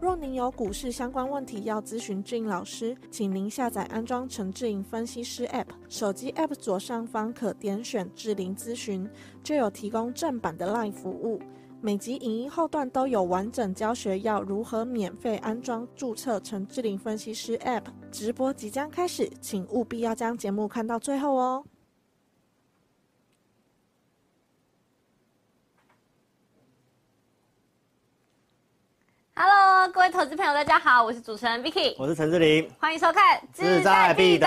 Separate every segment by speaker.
Speaker 1: 若您有股市相关问题要咨询志颖老师，请您下载安装陈志颖分析师 App，手机 App 左上方可点选志玲咨询，就有提供正版的 LINE 服务。每集影音后段都有完整教学，要如何免费安装注册陈志玲分析师 App。直播即将开始，请务必要将节目看到最后哦。
Speaker 2: Hello，各位投资朋友，大家好，我是主持人 Vicky，
Speaker 3: 我是陈志玲，
Speaker 2: 欢迎收看《
Speaker 3: 志在必得。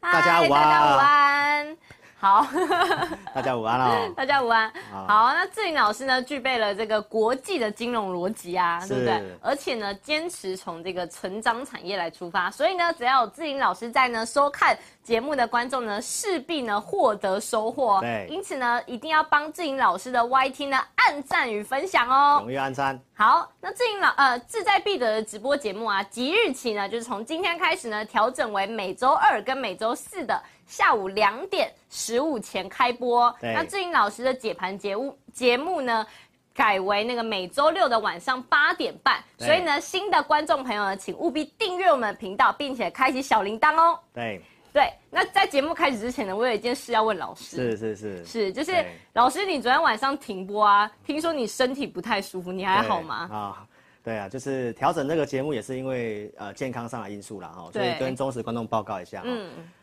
Speaker 3: 大家
Speaker 2: 嗨大
Speaker 3: 午安
Speaker 2: 家午安。好，
Speaker 3: 大家午安哦。
Speaker 2: 大家午安。
Speaker 3: 好
Speaker 2: 好，那志颖老师呢，具备了这个国际的金融逻辑啊，对不对
Speaker 3: 是？
Speaker 2: 而且呢，坚持从这个成长产业来出发，所以呢，只要有志颖老师在呢，收看节目的观众呢，势必呢获得收获。
Speaker 3: 对
Speaker 2: 因此呢，一定要帮志颖老师的 YT 呢按赞与分享哦。
Speaker 3: 永月安山，
Speaker 2: 好，那志颖老呃志在必得的直播节目啊，即日起呢，就是从今天开始呢，调整为每周二跟每周四的下午两点十五前开播。
Speaker 3: 对
Speaker 2: 那志颖老师的解盘节目节目呢，改为那个每周六的晚上八点半。
Speaker 3: 对
Speaker 2: 所以呢，新的观众朋友呢，请务必订阅我们的频道，并且开启小铃铛哦。
Speaker 3: 对，
Speaker 2: 对，那在节目开始之前呢，我有一件事要问老师。
Speaker 3: 是是是，
Speaker 2: 是，就是
Speaker 3: 对
Speaker 2: 老师，你昨天晚上停播啊，听说你身体不太舒服，你还好吗？
Speaker 3: 对啊，对啊，就是调整这个节目也是因为呃健康上的因素啦哈，所以
Speaker 2: 对嗯
Speaker 3: 跟忠实观众报告一下哈。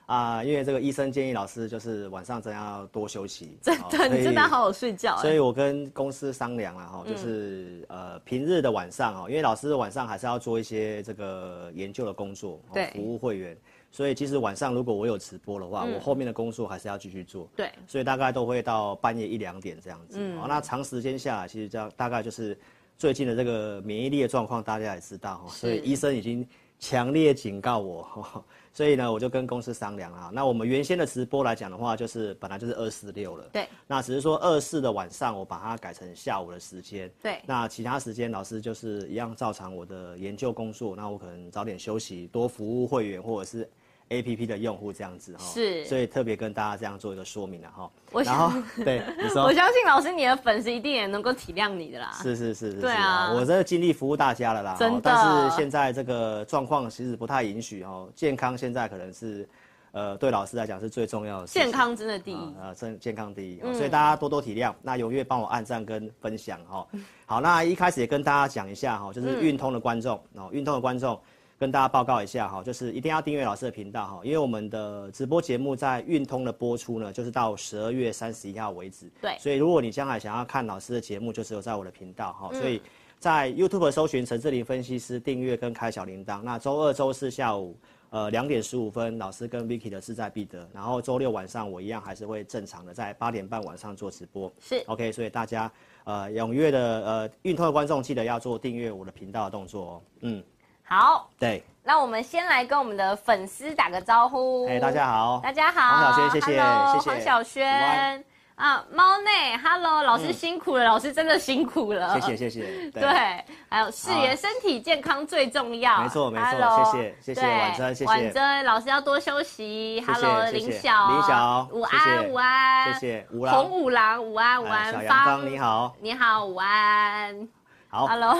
Speaker 3: 啊、因为这个医生建议老师就是晚上真要多休息，
Speaker 2: 真
Speaker 3: 哦
Speaker 2: 的，你真的好。好睡觉哎、
Speaker 3: 所以所以我跟公司商量了哈，就是、呃平日的晚上哦，因为老师晚上还是要做一些这个研究的工作，哦
Speaker 2: 对
Speaker 3: 服务会员，所以其实晚上如果我有直播的话，我后面的工作还是要继续做，
Speaker 2: 对
Speaker 3: 所以大概都会到半夜一两点这样子。好，那长时间下来，其实这样大概就是最近的这个免疫力的状况，大家也知道哈，哦所以医生已经强烈警告我。哈，所以呢，我就跟公司商量啊，那我们原先的直播来讲的话，就是本来就是二四六了，
Speaker 2: 对，
Speaker 3: 那只是说二四的晚上我把它改成下午的时间，
Speaker 2: 对
Speaker 3: 那其他时间老师就是一样照常我的研究工作，那我可能早点休息，多服务会员或者是 A P P 的用户这样子哈，
Speaker 2: 是
Speaker 3: 所以特别跟大家这样做一个说明了哈。
Speaker 2: 我
Speaker 3: 然后 对你
Speaker 2: 我
Speaker 3: 说，
Speaker 2: 相信老师你的粉丝一定也能够体谅你的啦。
Speaker 3: 哦是是是是，
Speaker 2: 对
Speaker 3: 是
Speaker 2: 啊
Speaker 3: 我真的尽力服务大家了啦，
Speaker 2: 真的
Speaker 3: 齁但是现在这个状况其实不太允许哦，健康现在可能是，呃，对老师来讲是最重要的事情。
Speaker 2: 健康真的第一。嗯
Speaker 3: 啊，健健康第一、哦所以大家多多体谅。那踊跃帮我按赞跟分享哈、哦。好，那一开始也跟大家讲一下哈、
Speaker 2: 嗯
Speaker 3: 哦，就是运通的观众、哦，运通的观众跟大家报告一下哈、哦，就是一定要订阅老师的频道哈、哦，因为我们的直播节目在运通的播出呢，就是到十二月三十一号为止。
Speaker 2: 对
Speaker 3: 所以如果你将来想要看老师的节目，就只有在我的频道哈、哦
Speaker 2: 嗯
Speaker 3: 所以。在 YouTube 搜寻陈志玲分析师，订阅跟开小铃铛。那周二、周四下午，呃，两点十五分，老师跟 Vicky 的势在必得。然后周六晚上，我一样还是会正常的在八点半晚上做直播。
Speaker 2: 是
Speaker 3: OK，所以大家呃踊跃的呃运通的观众，记得要做订阅我的频道的动作哦。嗯，
Speaker 2: 好，
Speaker 3: 对，
Speaker 2: 那我们先来跟我们的粉丝打个招呼。
Speaker 3: 哎、大家好，
Speaker 2: 大家好，
Speaker 3: 黄小轩谢谢
Speaker 2: Hello，
Speaker 3: 谢谢
Speaker 2: 黄小
Speaker 3: 午
Speaker 2: 轩
Speaker 3: 安
Speaker 2: 啊，猫内，Hello，老师
Speaker 3: 嗯
Speaker 2: 辛苦了，老师真的辛苦了，
Speaker 3: 谢谢。谢 谢，
Speaker 2: 对，还有视
Speaker 3: 好
Speaker 2: 野、
Speaker 3: 啊
Speaker 2: 身体健康最重要。
Speaker 3: 没错没错
Speaker 2: Hello
Speaker 3: 谢谢谢谢
Speaker 2: 对
Speaker 3: 婉珍谢谢
Speaker 2: 婉珍老师要多休息。
Speaker 3: 谢谢
Speaker 2: Hello，
Speaker 3: 谢谢
Speaker 2: 林晓，
Speaker 3: 林晓
Speaker 2: 午
Speaker 3: 谢
Speaker 2: 安
Speaker 3: 谢
Speaker 2: 午安，
Speaker 3: 谢谢吴
Speaker 2: 啊红
Speaker 3: 郎，
Speaker 2: 五郎，午安午
Speaker 3: 哎
Speaker 2: 安，
Speaker 3: 小杨芳你好，哦
Speaker 2: 你好午安
Speaker 3: 好，
Speaker 2: ，Hello，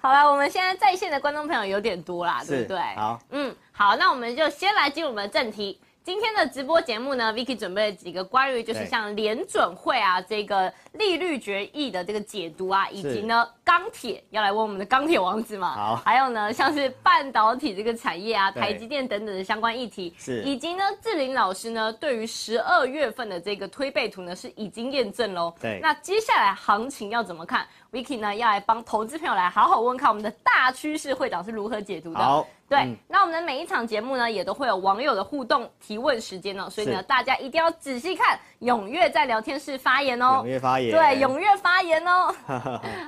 Speaker 2: 好 了，我们现在在线的观众朋友有点多啦，对
Speaker 3: 是
Speaker 2: 不对？
Speaker 3: 好，
Speaker 2: 嗯，好，那我们就先来进入我们的正题。今天的直播节目呢，Vicky 准备了几个关于就是
Speaker 3: 对
Speaker 2: 像联准会啊这个利率决议的这个解读啊，以及呢钢铁要来问我们的钢铁王子嘛，
Speaker 3: 好
Speaker 2: 还有呢像是半导体这个产业啊，
Speaker 3: 对
Speaker 2: 台积电等等的相关议题，
Speaker 3: 是
Speaker 2: 以及呢志玲老师呢对于十二月份的这个推背图呢是已经验证喽，
Speaker 3: 对
Speaker 2: 那接下来行情要怎么看？Vicky 呢要来帮投资朋友来好好问看我们的大趋势会长是如何解读的。
Speaker 3: 好，
Speaker 2: 对，
Speaker 3: 嗯
Speaker 2: 那我们的每一场节目呢，也都会有网友的互动提问时间哦，所以呢，
Speaker 3: 是
Speaker 2: 大家一定要仔细看，踊跃在聊天室发言哦
Speaker 3: 踊。跃发言，
Speaker 2: 对，踊跃发言哦。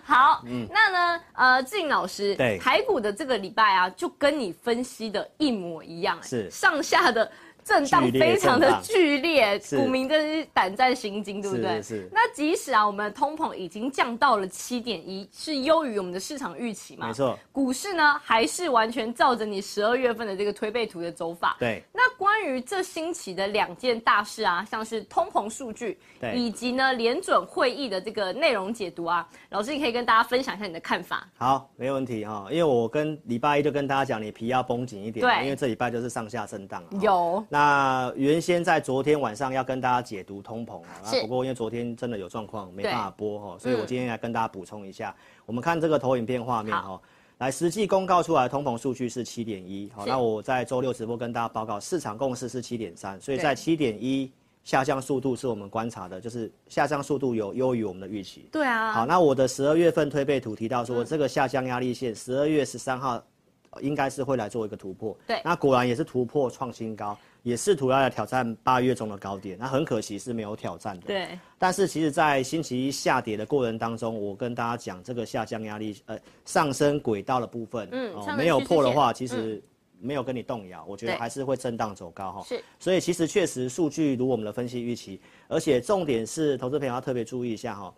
Speaker 2: 好，嗯，那呢，呃，志颖老师，
Speaker 3: 对
Speaker 2: 台股的这个礼拜啊，就跟你分析的一模一样、哎
Speaker 3: 是
Speaker 2: 上下的震荡
Speaker 3: 剧烈
Speaker 2: 非常
Speaker 3: 震
Speaker 2: 的
Speaker 3: 荡
Speaker 2: 剧烈，
Speaker 3: 是
Speaker 2: 股民真是胆战心惊，对不对？
Speaker 3: 是是
Speaker 2: 那即使啊，我们的通膨已经降到了七点一，是优于我们的市场预期嘛？
Speaker 3: 没错，
Speaker 2: 股市呢还是完全照着你十二月份的这个推背图的走法。
Speaker 3: 对。
Speaker 2: 那关于这星期的两件大事啊，像是通膨数据，
Speaker 3: 对
Speaker 2: 以及呢联准会议的这个内容解读啊，老师你可以跟大家分享一下你的看法。
Speaker 3: 好，没问题哈、因为我跟礼拜一就跟大家讲，你皮要绷紧一点，
Speaker 2: 对
Speaker 3: 因为这礼拜就是上下震荡啊。哈
Speaker 2: 有
Speaker 3: 那原先在昨天晚上要跟大家解读通膨啊，
Speaker 2: 是
Speaker 3: 那不过因为昨天真的有状况，没
Speaker 2: 对
Speaker 3: 办法播哈、所以我今天来跟大家补充一下。我们看这个投影片画面哈、来实际公告出来的通膨数据是七点一，好，
Speaker 2: 是
Speaker 3: 那我在周六直播跟大家报告，市场共识是七点三，所以
Speaker 2: 对
Speaker 3: 在七点一下降速度是我们观察的，就是下降速度有优于我们的预期。
Speaker 2: 对啊，嗯
Speaker 3: 好，那我的十二月份推背图提到说，这个下降压力线十二月十三号呃应该是会来做一个突破。
Speaker 2: 对
Speaker 3: 那果然也是突破创新高，也试图要来挑战八月中的高点。那很可惜是没有挑战的。。
Speaker 2: 对，
Speaker 3: 但是其实，在星期一下跌的过程当中，我跟大家讲，这个下降压力呃上升轨道的部分，哦
Speaker 2: 嗯上升
Speaker 3: 没有
Speaker 2: 趋势
Speaker 3: 破的
Speaker 2: 线嗯
Speaker 3: 话，其实没有跟你动摇，我觉得
Speaker 2: 对
Speaker 3: 还是会震荡走高哈。
Speaker 2: 是，
Speaker 3: 所以其实确实数据如我们的分析预期，而且重点是投资朋友要特别注意一下哈。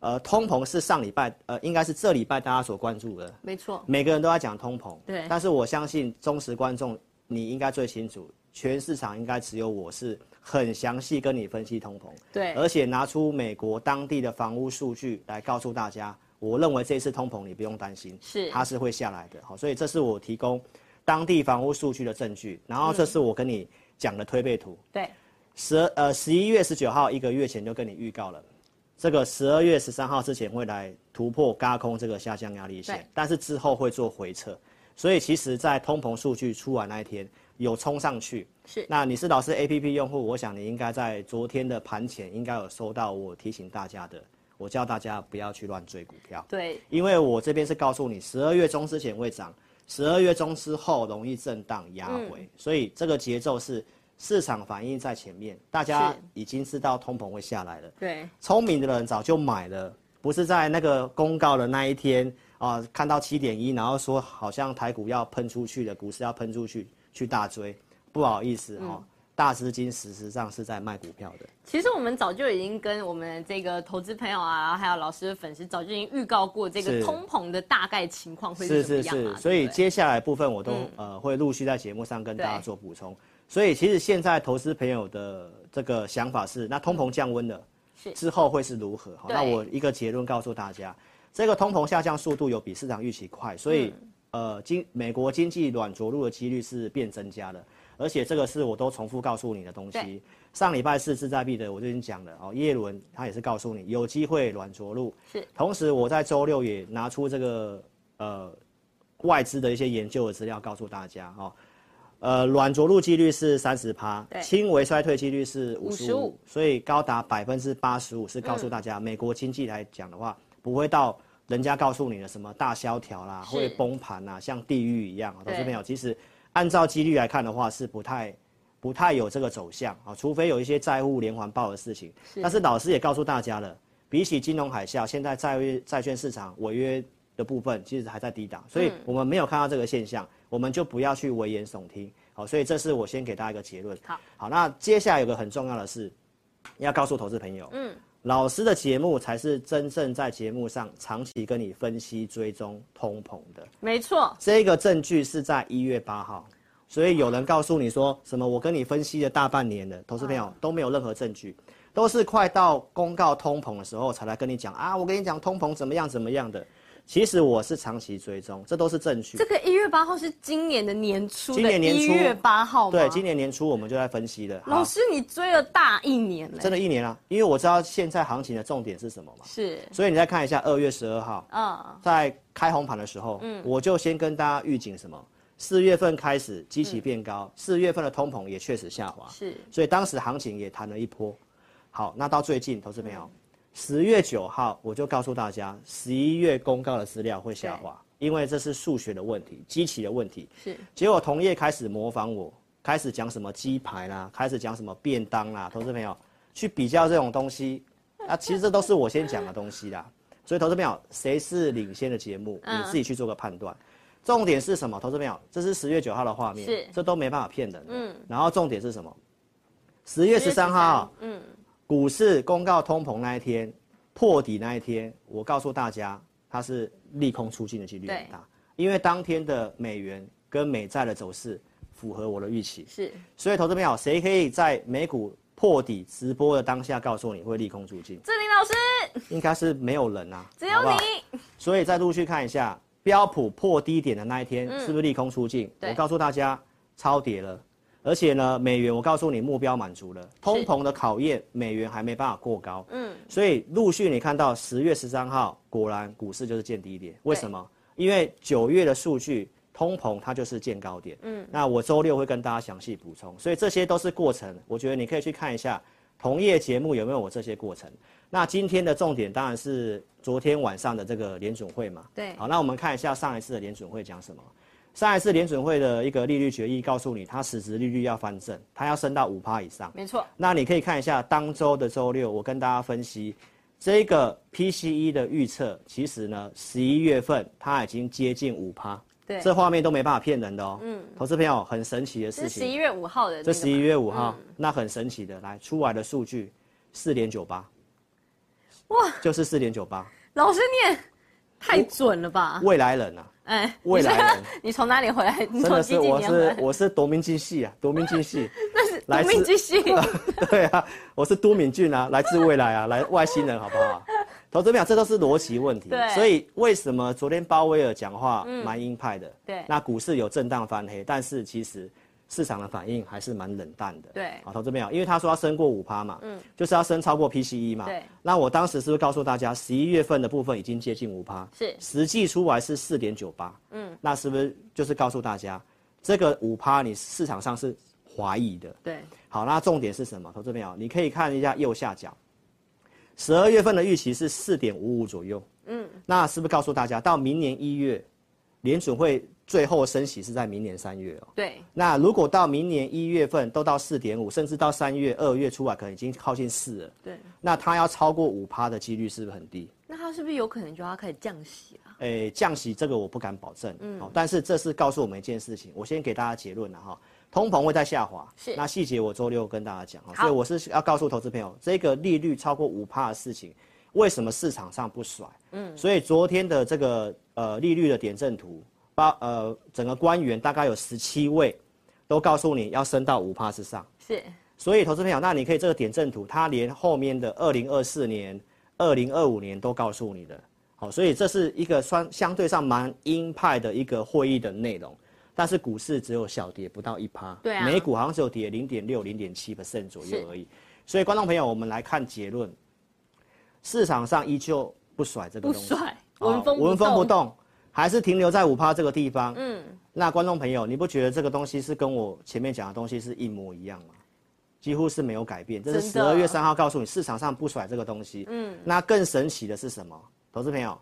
Speaker 3: 呃，通膨是上礼拜，呃，应该是这礼拜大家所关注的，
Speaker 2: 没错，
Speaker 3: 每个人都在讲通膨。
Speaker 2: 对
Speaker 3: 但是我相信忠实观众，你应该最清楚，全市场应该只有我是很详细跟你分析通膨。
Speaker 2: 对，
Speaker 3: 而且拿出美国当地的房屋数据来告诉大家，我认为这次通膨你不用担心，
Speaker 2: 是
Speaker 3: 它是会下来的。好，所以这是我提供当地房屋数据的证据，然
Speaker 2: 嗯
Speaker 3: 后这是我跟你讲的推背图，
Speaker 2: 对，
Speaker 3: 十呃十一月十九号一个月前就跟你预告了。这个十二月十三号之前会来突破嘎空这个下降压力
Speaker 2: 对
Speaker 3: 线，但是之后会做回撤，所以其实，在通膨数据出完那一天有冲上去，
Speaker 2: 是
Speaker 3: 那你是老师 A P P 用户，我想你应该在昨天的盘前应该有收到我提醒大家的，我叫大家不要去乱追股票，
Speaker 2: 对，
Speaker 3: 因为我这边是告诉你，十二月中之前会涨，十二月中之后容易震荡压回，所以这个节奏是市场反应在前面，大家
Speaker 2: 是
Speaker 3: 已经知道通膨会下来了。
Speaker 2: 对，
Speaker 3: 聪明的人早就买了，不是在那个公告的那一天啊、看到七点一，然后说好像台股要喷出去了，股市要喷出去，去大追。不好意思哦，大资金事实上是在卖股票的。
Speaker 2: 其实我们早就已经跟我们这个投资朋友啊，还有老师的粉丝，早就已经预告过这个
Speaker 3: 是
Speaker 2: 通膨的大概情况会
Speaker 3: 是
Speaker 2: 怎么
Speaker 3: 是
Speaker 2: 样嘛
Speaker 3: 是，
Speaker 2: 对嗯
Speaker 3: 所以
Speaker 2: 不对
Speaker 3: 接下来部分我都、呃会陆续在节目上跟大家
Speaker 2: 对
Speaker 3: 做补充。所以其实现在投资朋友的这个想法是，那通膨降温了，
Speaker 2: 是
Speaker 3: 之后会是如何？好，
Speaker 2: 对
Speaker 3: 那我一个结论告诉大家，这个通膨下降速度有比市场预期快，所以、
Speaker 2: 嗯
Speaker 3: 呃经美国经济软着陆的几率是变增加了。而且这个是我都重复告诉你的东
Speaker 2: 对
Speaker 3: 西。上礼拜四志在必得，我就已经讲了哦。耶伦他也是告诉你有机会软着陆，
Speaker 2: 是
Speaker 3: 同时，我在周六也拿出这个呃外资的一些研究的资料告诉大家哦。呃，软着陆几率是三十趴
Speaker 2: 对，
Speaker 3: 轻微衰退几率是五十
Speaker 2: 55
Speaker 3: 五，所以高达百分之八十五是告诉大家，美国经济来讲的话，不会到人家告诉你的什么大萧条啦，
Speaker 2: 是
Speaker 3: 会崩盘啦，像地狱一样。哦投
Speaker 2: 对
Speaker 3: 资朋友，其实按照几率来看的话，是不太不太有这个走向啊，除非有一些债务连环爆的事情。但是老师也告诉大家了，比起金融海啸，现在债务债券市场违约的部分其实还在低档，所以我们没有看到这个现象，我们就不要去危言耸听。好，所以这是我先给大家一个结论。
Speaker 2: 好，
Speaker 3: 好，那接下来有个很重要的是，要告诉投资朋友，嗯，老师的节目才是真正在节目上长期跟你分析追踪通膨的。
Speaker 2: 没错，
Speaker 3: 这个证据是在一月八号，所以有人告诉你说什么？我跟你分析了大半年了，投资朋
Speaker 2: 嗯
Speaker 3: 友都没有任何证据，都是快到公告通膨的时候才来跟你讲啊，我跟你讲通膨怎么样怎么样的。其实我是长期追踪，这都是证据
Speaker 2: 这。个一月八号是今年的年初
Speaker 3: 今
Speaker 2: 的
Speaker 3: 年年
Speaker 2: 一
Speaker 3: 初
Speaker 2: 月八号吗？
Speaker 3: 对，今年年初我们就在分析了。
Speaker 2: 老
Speaker 3: 好
Speaker 2: 师你追了大一年嘞，
Speaker 3: 真的一年啊，因为我知道现在行情的重点是什么嘛，
Speaker 2: 是，
Speaker 3: 所以你再看一下二月十二号，
Speaker 2: 嗯，
Speaker 3: 在开红盘的时候，我就先跟大家预警什么？四月份开始基期变高，四、月份的通膨也确实下滑，
Speaker 2: 嗯是
Speaker 3: 所以当时行情也弹了一波。好，那到最近，投资朋
Speaker 2: 嗯
Speaker 3: 友，十、月九号我就告诉大家，十一月公告的资料会下滑，因为这是数学的问题、基期的问题。
Speaker 2: 是，
Speaker 3: 结果同业开始模仿我，开始讲什么鸡排啦，开始讲什么便当啦，投资朋友去比较这种东西，啊，其实这都是我先讲的东西啦。所以投资朋友，谁是领先的节目，你自己去做个判断。重点是什么？投资朋友，这是十月九号的画面，
Speaker 2: 是
Speaker 3: 这都没办法骗人的。
Speaker 2: 嗯
Speaker 3: 然后重点是什么？十月十三号，
Speaker 2: 嗯，
Speaker 3: 股市公告通膨那一天，破底那一天，我告诉大家，它是利空出尽的几率很大，因为当天的美元跟美债的走势符合我的预期，
Speaker 2: 是
Speaker 3: 所以投资朋友，谁可以在美股破底直播的当下告诉你会利空出尽？
Speaker 2: 志玲老师，
Speaker 3: 应该是没有人啊，
Speaker 2: 只有
Speaker 3: 好不好
Speaker 2: 你，
Speaker 3: 所以再陆续看一下标普破低点的那一天，是不是利空出尽？
Speaker 2: 嗯对
Speaker 3: 我告诉大家，超跌了。而且呢，美元我告诉你目标满足了，通膨的考验，美元还没办法过高。
Speaker 2: 嗯，
Speaker 3: 所以陆续你看到十月十三号，果然股市就是见低点。为什么？因为九月的数据通膨它就是见高点。嗯，那我周六会跟大家详细补充。所以这些都是过程，我觉得你可以去看一下同业节目有没有我这些过程。那今天的重点当然是昨天晚上的这个联准会嘛。
Speaker 2: 对
Speaker 3: 好，那我们看一下上一次的联准会讲什么。上一次联准会的一个利率决议告诉你，它实质利率要翻正，它要升到五趴以上。
Speaker 2: 没错，
Speaker 3: 那你可以看一下当周的周六，我跟大家分析这个 PCE 的预测，其实呢，十一月份它已经接近五趴，
Speaker 2: 对
Speaker 3: 这画面都没办法骗人的哦。嗯，投资朋友很神奇的
Speaker 2: 这
Speaker 3: 事
Speaker 2: 是十一
Speaker 3: 情，
Speaker 2: 月嗯五号的那个
Speaker 3: 这
Speaker 2: 吗，
Speaker 3: 十一月五号，那很神奇的，来出来的数据四点九八，
Speaker 2: 哇，
Speaker 3: 就是四点九八，
Speaker 2: 老师你也太准了吧？
Speaker 3: 未来人啊，
Speaker 2: 哎，
Speaker 3: 未来人。
Speaker 2: 你从哪里回来？你
Speaker 3: 真
Speaker 2: 从
Speaker 3: 的
Speaker 2: 几
Speaker 3: 是，
Speaker 2: 几
Speaker 3: 我
Speaker 2: 年回
Speaker 3: 是
Speaker 2: 来？
Speaker 3: 我是夺名进系啊，夺名 进系，来
Speaker 2: 我
Speaker 3: 自
Speaker 2: 命之 星，
Speaker 3: 对啊，我是都敏俊啊，来自未来啊，来外星人，好 不好？投资表这都是逻辑问题
Speaker 2: 对，嗯
Speaker 3: 所以为什么昨天鲍威尔讲话蛮鹰派的？
Speaker 2: 对
Speaker 3: 那股市有震荡翻黑，但是其实市场的反应还是蛮冷淡的。
Speaker 2: 对
Speaker 3: 好，投资表，因为他说要升过五趴嘛，嗯，就是要升超过 PCE 嘛。
Speaker 2: 对
Speaker 3: 那我当时是不是告诉大家，十一月份的部分已经接近五趴？
Speaker 2: 是
Speaker 3: 实际出来是四点九八，嗯，那是不是就是告诉大家，这个五趴你市场上是怀疑的？
Speaker 2: 对，
Speaker 3: 好，那重点是什么？投资朋友，你可以看一下右下角，十二月份的预期是四点五五左右。嗯，那是不是告诉大家，到明年一月，联准会最后升息是在明年三月哦？
Speaker 2: 对，
Speaker 3: 那如果到明年一月份都到四点五，甚至到三月、二月出来，可能已经靠近四了。
Speaker 2: 对。
Speaker 3: 那它要超过五趴的几率是不是很低？
Speaker 2: 那他是不是有可能就要开始降息了？
Speaker 3: 诶，降息这个我不敢保证，嗯，但是这是告诉我们一件事情，我先给大家结论了哈，通膨会在下滑，
Speaker 2: 是
Speaker 3: 那细节我周六跟大家讲，哦
Speaker 2: 好
Speaker 3: 所以我是要告诉投资朋友，这个利率超过五帕的事情，为什么市场上不甩？嗯，所以昨天的这个呃利率的点阵图，八呃整个官员大概有十七位，都告诉你要升到五帕之上。
Speaker 2: 是
Speaker 3: 所以，投资朋友，那你可以这个点阵图，它连后面的二零二四年、二零二五年都告诉你的。好，所以这是一个相相对上蛮鹰派的一个会议的内容。但是股市只有小跌，不到一趴。
Speaker 2: 对啊
Speaker 3: 美股好像只有跌零点六、零点七 percent 左右而已。所以，观众朋友，我们来看结论，市场上依旧不甩这个
Speaker 2: 不
Speaker 3: 东西。
Speaker 2: 甩，
Speaker 3: 哦
Speaker 2: 纹风
Speaker 3: 纹风不
Speaker 2: 不动，
Speaker 3: 动，还是停留在五趴这个地方。嗯，那观众朋友，你不觉得这个东西是跟我前面讲的东西是一模一样吗？几乎是没有改变，这是十
Speaker 2: 真的
Speaker 3: 二月三号告诉你市场上不甩这个东西。嗯，那更神奇的是什么？投资朋友，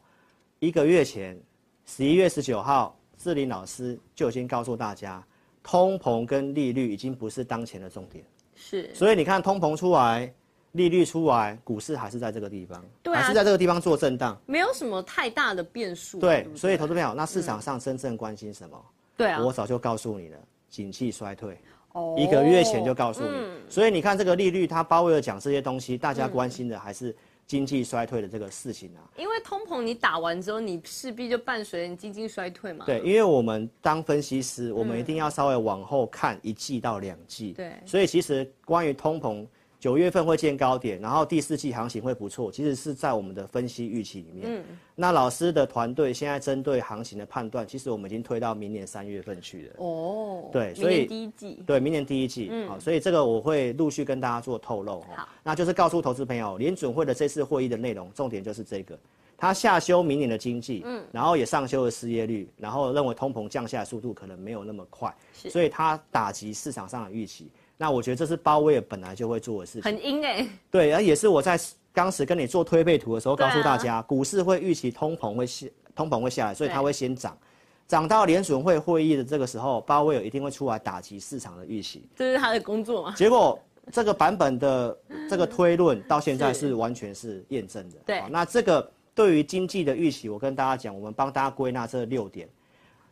Speaker 3: 一个月前，十一月十九号，志林老师就已经告诉大家，通膨跟利率已经不是当前的重点。
Speaker 2: 是
Speaker 3: 所以你看，通膨出来，利率出来，股市还是在这个地方，
Speaker 2: 对啊
Speaker 3: 还是在这个地方做震荡。
Speaker 2: 没有什么太大的变数。啊
Speaker 3: 对
Speaker 2: 不，嗯
Speaker 3: 所以投资朋友，那市场上真正关心什么？
Speaker 2: 对啊，
Speaker 3: 我早就告诉你了，景气衰退，
Speaker 2: 哦嗯
Speaker 3: 一个月前就告诉你。所以你看这个利率，它鲍威尔讲这些东西，大家关心的还是经济衰退的这个事情啊。
Speaker 2: 因为通膨你打完之后，你势必就伴随着你经济衰退嘛。
Speaker 3: 对，，因为我们当分析师，我们一定要稍微往后看一季到两季。
Speaker 2: 嗯对
Speaker 3: 所以其实关于通膨，九月份会见高点，然后第四季行情会不错，其实是在我们的分析预期里面。
Speaker 2: 嗯
Speaker 3: 那老师的团队现在针对行情的判断，其实我们已经推到明年三月份去了。
Speaker 2: 哦，
Speaker 3: 对
Speaker 2: 明
Speaker 3: 所以
Speaker 2: 年第一季
Speaker 3: 对，明年第一季，好、所以这个我会陆续跟大家做透露
Speaker 2: 嗯好
Speaker 3: 哈。那就是告诉投资朋友，联准会的这次会议的内容，重点就是这个，它下修明年的经济，嗯，然后也上修了失业率，然后认为通膨降下的速度可能没有那么快，所以它打击市场上的预期。那我觉得这是鲍威尔本来就会做的事情，
Speaker 2: 很阴哎、
Speaker 3: 对，而也是我在当时跟你做推背图的时候
Speaker 2: 对
Speaker 3: 告
Speaker 2: 啊
Speaker 3: 诉大家，股市会预期通膨会下，通膨会下来，所以它
Speaker 2: 对
Speaker 3: 会先涨。涨到联准会会议的这个时候，鲍威尔一定会出来打击市场的预期。
Speaker 2: 这是他的工作嘛。
Speaker 3: 结果这个版本的这个推论到现在是完全是验证的。
Speaker 2: 对
Speaker 3: 好那这个对于经济的预期，我跟大家讲，我们帮大家归纳这六点。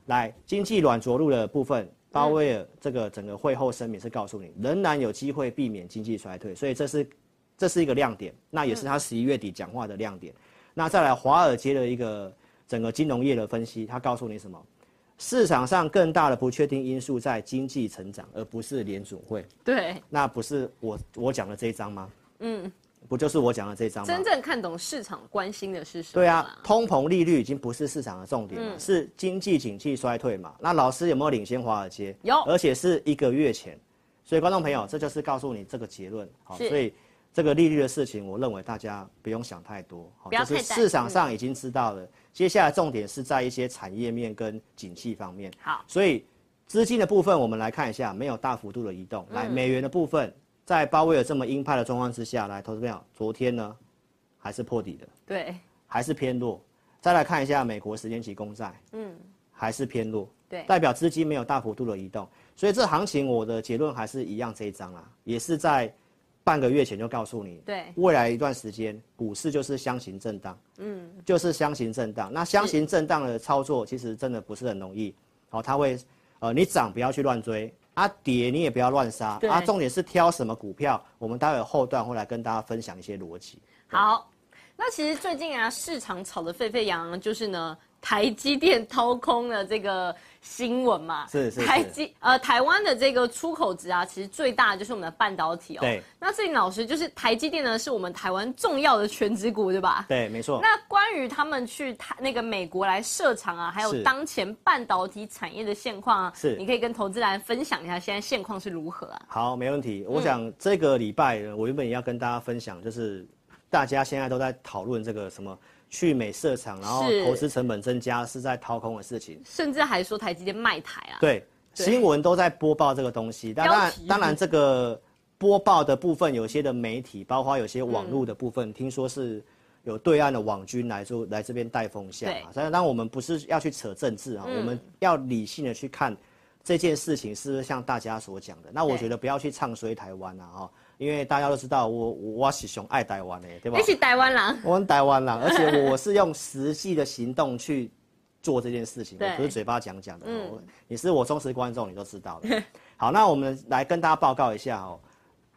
Speaker 3: 来，经济软着陆的部分，鲍威尔这个整个会后声明是告诉你，仍然有机会避免经济衰退，所以这是这是一个亮点，那也是他十一月底讲话的亮点。那再来，华尔街的一个整个金融业的分析，他告诉你什么？市场上更大的不确定因素在经济成长，而不是联储会。
Speaker 2: 对，
Speaker 3: 那不是我我讲的这一章吗？嗯，不就是我讲的这一章吗
Speaker 2: 真？正看懂市场关心的是什么？嗯
Speaker 3: 对啊，，通膨利率已经不是市场的重点了，是经济景气衰退嘛？那老师有没有领先华尔街？
Speaker 2: 有嗯
Speaker 3: 而且是一个月前。所以观众朋友，这就是告诉你这个结论。好，
Speaker 2: 是
Speaker 3: 所以这个利率的事情，我认为大家不用想太多，好
Speaker 2: 不要
Speaker 3: 就
Speaker 2: 太
Speaker 3: 是
Speaker 2: 担
Speaker 3: 市场上已经知道了。接下来重点是在一些产业面跟景气方面。
Speaker 2: 嗯好，
Speaker 3: 所以资金的部分我们来看一下，没有大幅度的移动。
Speaker 2: 嗯
Speaker 3: 来，美元的部分，在鲍威尔这么鹰派的状况之下，来，投资朋友，昨天呢还是破底的。
Speaker 2: 对
Speaker 3: 还是偏弱。再来看一下美国十年期公债，嗯，还是偏弱，
Speaker 2: 对
Speaker 3: 代表资金没有大幅度的移动，所以这行情我的结论还是一样这一张啦，也是在半个月前就告诉你，
Speaker 2: 对
Speaker 3: 未来一段时间股市就是箱型震荡，嗯，就是箱型震荡。那箱型震荡的操作其实真的不是很容易，好、它会，呃，你涨不要去乱追。啊，跌你也不要乱杀
Speaker 2: 对
Speaker 3: 啊！重点是挑什么股票，我们待会后段会来跟大家分享一些逻辑。
Speaker 2: 好。那其实最近啊，市场吵得沸沸扬扬，就是呢，台积电掏空了这个新闻嘛。
Speaker 3: 是是是
Speaker 2: 台积呃，台湾的这个出口值啊，其实最大的就是我们的半导体哦。
Speaker 3: 对。
Speaker 2: 那最近老师就是台积电呢，是我们台湾重要的全职股，对吧？
Speaker 3: 对，没错。
Speaker 2: 那关于他们去台那个美国来设厂啊，还有
Speaker 3: 是
Speaker 2: 当前半导体产业的现况啊，
Speaker 3: 是
Speaker 2: 你可以跟投资人分享一下现在现况是如何啊？
Speaker 3: 好，没问题。我想这个礼拜呢我原本也要跟大家分享，就是大家现在都在讨论这个什么去美设厂，然后
Speaker 2: 是
Speaker 3: 投资成本增加是在掏空的事情。
Speaker 2: 甚至还说台积电卖台啊，
Speaker 3: 对，
Speaker 2: 对
Speaker 3: 新闻都在播报这个东西。当
Speaker 2: 标
Speaker 3: 然
Speaker 2: 题，
Speaker 3: 当然这个播报的部分，有些的媒体，包括有些网络的部
Speaker 2: 嗯
Speaker 3: 分，听说是有对岸的网军来做来这边带风向
Speaker 2: 对嗯
Speaker 3: 啊。当然，当然我们不是要去扯政治啊，我们要理性的去看这件事情是不是像大家所讲的。那我
Speaker 2: 对
Speaker 3: 觉得不要去唱衰台湾啊，哈，因为大家都知道我我我是熊爱台湾的，对吧
Speaker 2: 一？起哎台湾 啦，
Speaker 3: 我很台湾啦，而且我是用实际的行动去做这件事情，
Speaker 2: 对
Speaker 3: 我不是嘴巴讲讲的。我你是我忠实观众，你都知道的。好，那我们来跟大家报告一下哦。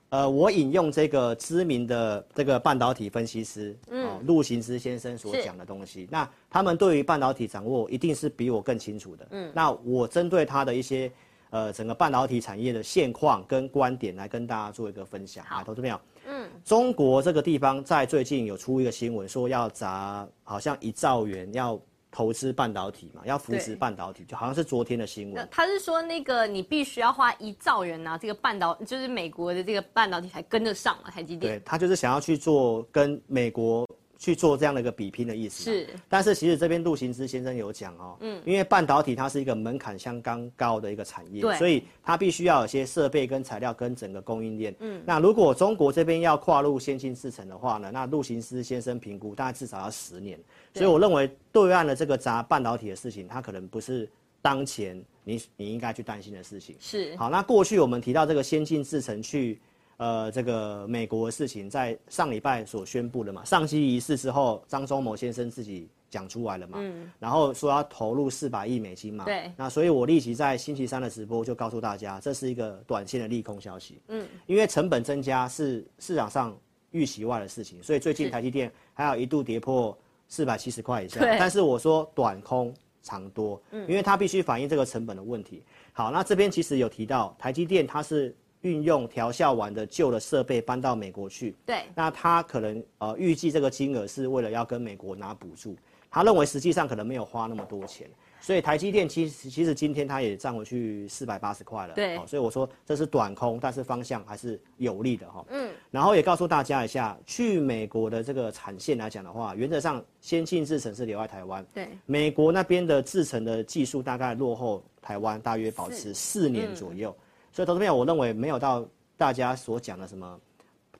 Speaker 3: 呃，我引用这个知名的这个半导体分析师，哦，陆行之先生所
Speaker 2: 是
Speaker 3: 讲的东西，那他们对于半导体掌握一定是比我更清楚的。嗯，那我针对他的一些呃整个半导体产业的现况跟观点来跟大家做一个分享。好，投资朋友，中国这个地方在最近有出一个新闻，说要砸好像一兆元要投资半导体嘛，要扶持
Speaker 2: 对
Speaker 3: 半导体，就好像是昨天的新
Speaker 2: 那
Speaker 3: 闻。
Speaker 2: 他是说那个你必须要花一兆元啊，这个半导就是美国的这个半导体才跟得上嘛，台积电
Speaker 3: 对他就是想要去做跟美国去做这样的一个比拼的意思嘛。
Speaker 2: 是
Speaker 3: 但是其实这边陆行之先生有讲哦，嗯，因为半导体它是一个门槛相当高的一个产业
Speaker 2: 对，
Speaker 3: 所以它必须要有些设备跟材料跟整个供应链。嗯，那如果中国这边要跨入先进制程的话呢，那陆行之先生评估大概至少要十年，所以我认为对岸的这个砸半导体的事情，它可能不是当前你你应该去担心的事情。
Speaker 2: 是
Speaker 3: 好，那过去我们提到这个先进制程去，呃，这个美国的事情，在上礼拜所宣布的嘛，上机仪式之后，张忠谋先生自己讲出来了嘛，然后说要投入四百亿美金
Speaker 2: 嗯
Speaker 3: 嘛，
Speaker 2: 对
Speaker 3: 那所以我立即在星期三的直播就告诉大家，这是一个短线的利空消息，嗯，因为成本增加是市场上预期外的事情，所以最近台积电还有一度跌破四百七十块以下
Speaker 2: 对，
Speaker 3: 但是我说短空长多，因为它必须反映这个成本的问题。好，那这边其实有提到台积电，它是运用调校完的旧的设备搬到美国去，
Speaker 2: 对
Speaker 3: 那他可能呃预计这个金额是为了要跟美国拿补助，他认为实际上可能没有花那么多钱，所以台积电其实其实今天它也站回去四百八十块了，哦
Speaker 2: 对
Speaker 3: 所以我说这是短空，但是方向还是有利的哈、嗯，然后也告诉大家一下，去美国的这个产线来讲的话，原则上先进制程是留在台湾，
Speaker 2: 对
Speaker 3: 美国那边的制程的技术大概落后台湾大约保持四年左右，所以投资朋友，我认为没有到大家所讲的什么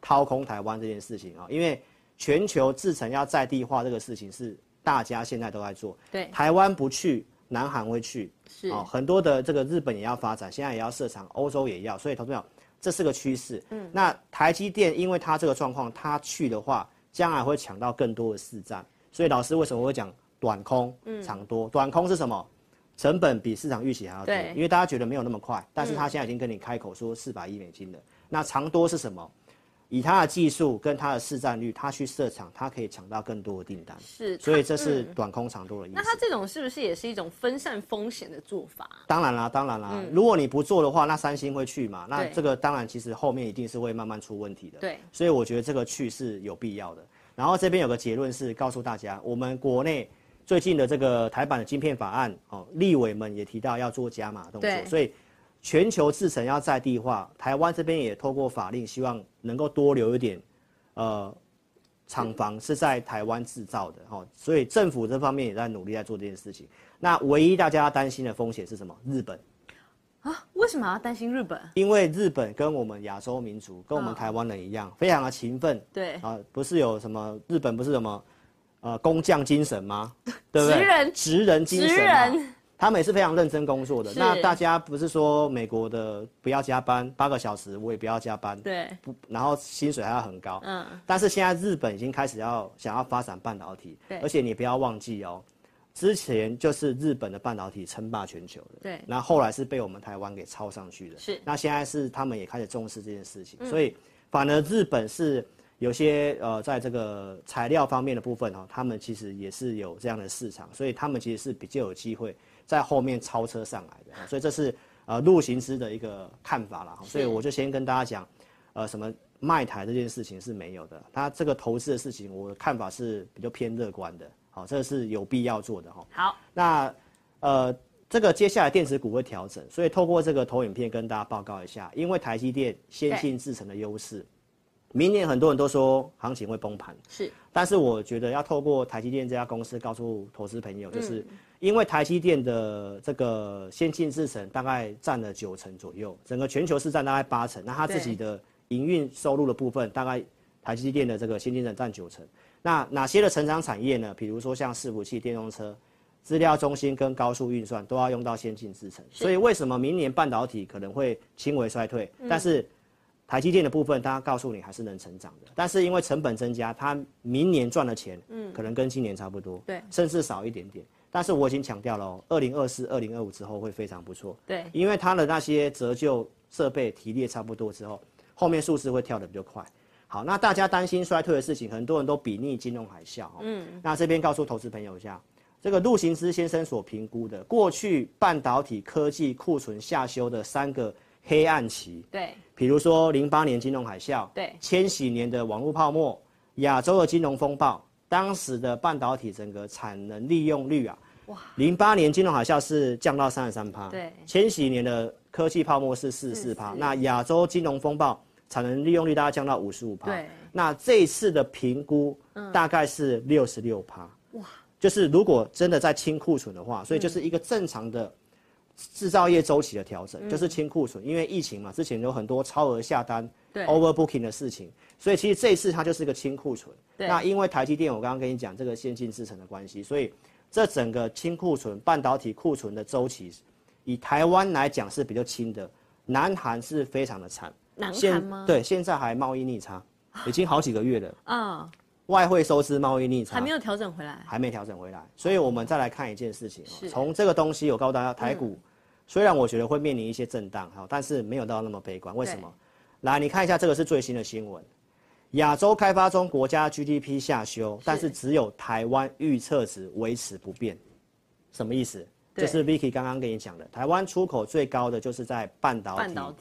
Speaker 3: 掏空台湾这件事情啊，因为全球制程要在地化这个事情是大家现在都在做，
Speaker 2: 对
Speaker 3: 台湾不去，南韩会去，
Speaker 2: 是
Speaker 3: 哦，很多的这个日本也要发展，现在也要设厂，欧洲也要，所以投资朋友，这是个趋势。嗯，那台积电因为它这个状况，它去的话，将来会抢到更多的市占，所以老师为什么会讲短空
Speaker 2: 嗯
Speaker 3: 长多？短空是什么？成本比市场预期还要低
Speaker 2: 对，嗯
Speaker 3: 因为大家觉得没有那么快，但是他现在已经跟你开口说四百亿美金了。那长多是什么？以他的技术跟他的市占率，他去设厂，他可以抢到更多的订单。
Speaker 2: 是，
Speaker 3: 所以
Speaker 2: 它
Speaker 3: 这是
Speaker 2: 嗯
Speaker 3: 短空长多的意思。
Speaker 2: 那它这种是不是也是一种分散风险的做法？啊
Speaker 3: 当然啦，当然啦，如果你不做的话，那三星会去嘛？那
Speaker 2: 对
Speaker 3: 这个当然，其实后面一定是会慢慢出问题的。
Speaker 2: 对，
Speaker 3: 所以我觉得这个去是有必要的。然后这边有个结论是告诉大家，我们国内最近的这个台版的晶片法案哦，立委们也提到要做加码动作
Speaker 2: 对，
Speaker 3: 所以全球制程要在地化，台湾这边也透过法令，希望能够多留一点呃厂房是在台湾制造的哦，所以政府这方面也在努力在做这件事情。那唯一大家担心的风险是什么？日本，
Speaker 2: 为什么要担心日本？
Speaker 3: 因为日本跟我们亚洲民族跟我们
Speaker 2: 嗯
Speaker 3: 台湾人一样，非常的勤奋
Speaker 2: 对，
Speaker 3: 啊、不是有什么日本不是什么呃工匠精神吗？对不对？
Speaker 2: 职人
Speaker 3: 职人精
Speaker 2: 职
Speaker 3: 神啊嘛、
Speaker 2: 人
Speaker 3: 他们也是非常认真工作的。
Speaker 2: 是
Speaker 3: 那大家不是说美国的不要加班八个小时，我也不要加班，
Speaker 2: 对，
Speaker 3: 不，然后薪水还要很高，
Speaker 2: 嗯，
Speaker 3: 但是现在日本已经开始要想要发展半导体，
Speaker 2: 对
Speaker 3: 而且你不要忘记哦，之前就是日本的半导体称霸全球的，
Speaker 2: 对
Speaker 3: 那后来是被我们台湾给抄上去的，
Speaker 2: 是嗯
Speaker 3: 那现在是他们也开始重视这件事情，所以反而日本是有些呃，在这个材料方面的部分哦，他们其实也是有这样的市场，所以他们其实是比较有机会在后面超车上来的，哦所以这是呃陆行之的一个看法啦，哦所以
Speaker 2: 是
Speaker 3: 我就先跟大家讲，呃，什么卖台这件事情是没有的，他这个投资的事情，我的看法是比较偏乐观的，好、这是有必要做的哈、哦
Speaker 2: 好，
Speaker 3: 那呃，这个接下来电子股会调整，所以透过这个投影片跟大家报告一下，因为台积电先进制程的优势，明年很多人都说行情会崩盘，
Speaker 2: 是
Speaker 3: 但是我觉得要透过台积电这家公司告诉投资朋友，就是因为台积电的这个先进制程大概占了九成左右，整个全球市占大概八成，那它自己的营运收入的部分大概台积电的这个先进制程占九成。那哪些的成长产业呢？比如说像伺服器、电动车、资料中心跟高速运算都要用到先进制程，所以为什么明年半导体可能会轻微衰退？但是台积电的部分，它告诉你还是能成长的，但是因为成本增加，它明年赚的钱，嗯，可能跟今年差不多，
Speaker 2: 对
Speaker 3: 甚至少一点点。但是我已经强调了、哦，二零二四、二零二五之后会非常不错，
Speaker 2: 对，
Speaker 3: 因为它的那些折旧设备提列差不多之后，后面数字会跳得比较快。好，那大家担心衰退的事情，很多人都比拟金融海啸、哦。嗯，那这边告诉投资朋友一下，这个陆行之先生所评估的过去半导体科技库存下修的三个黑暗期，
Speaker 2: 对，
Speaker 3: 比如说零八年金融海啸，
Speaker 2: 对
Speaker 3: 千禧年的网络泡沫，亚洲的金融风暴，当时的半导体整个产能利用率啊，哇，零八年金融海啸是降到三十三趴，
Speaker 2: 对
Speaker 3: 千禧年的科技泡沫是四十四趴
Speaker 2: 44，
Speaker 3: 那亚洲金融风暴产能利用率大概降到五十五趴，
Speaker 2: 对，
Speaker 3: 那这一次的评估
Speaker 2: 嗯
Speaker 3: 大概是六十六趴，哇，就是如果真的在清库存的话，所以就是一个正常的。制造业周期的调
Speaker 2: 嗯
Speaker 3: 整，就是清库存，因为疫情嘛，之前有很多超额下单、
Speaker 2: 对
Speaker 3: overbooking 的事情，所以其实这一次它就是一个清库存。
Speaker 2: 对
Speaker 3: 那因为台积电，我刚刚跟你讲这个先进制程的关系，所以这整个清库存、半导体库存的周期，以台湾来讲是比较轻的，南韩是非常的惨。
Speaker 2: 南韩
Speaker 3: 现
Speaker 2: 吗？，
Speaker 3: 对，现在还贸易逆差，已经好几个月了，
Speaker 2: 啊，
Speaker 3: 外汇收支贸易逆差
Speaker 2: 还没有调整回来，
Speaker 3: 还没调整回来，所以我们再来看一件事情哦
Speaker 2: 是，嗯
Speaker 3: 从这个东西，我告诉大家，台股、虽然我觉得会面临一些震荡，哈，但是没有到那么悲观。为什么？来，你看一下这个是最新的新闻，亚洲开发中国家 GDP 下修，但是只有台湾预测值维持不变，什么意思？
Speaker 2: 对
Speaker 3: 就是 Vicky 刚刚跟你讲的，台湾出口最高的就是在半导体、
Speaker 2: 半导体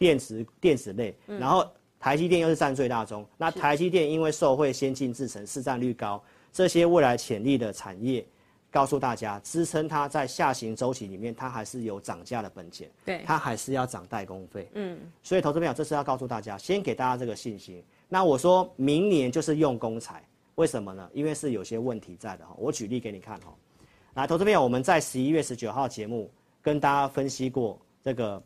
Speaker 3: 电子电子类，
Speaker 2: 嗯
Speaker 3: 然后台积电又是占最大宗。那台积电因为受惠先进制程市占率高，这些未来潜力的产业，告诉大家支撑它在下行周期里面，它还是有涨价的本钱，
Speaker 2: 对，
Speaker 3: 它还是要涨代工费。
Speaker 2: 嗯，
Speaker 3: 所以投资朋友，这是要告诉大家，先给大家这个信心。那我说明年就是用公财，为什么呢？因为是有些问题在的哈。我举例给你看哈。来，投资朋友，我们在十一月十九号节目跟大家分析过这个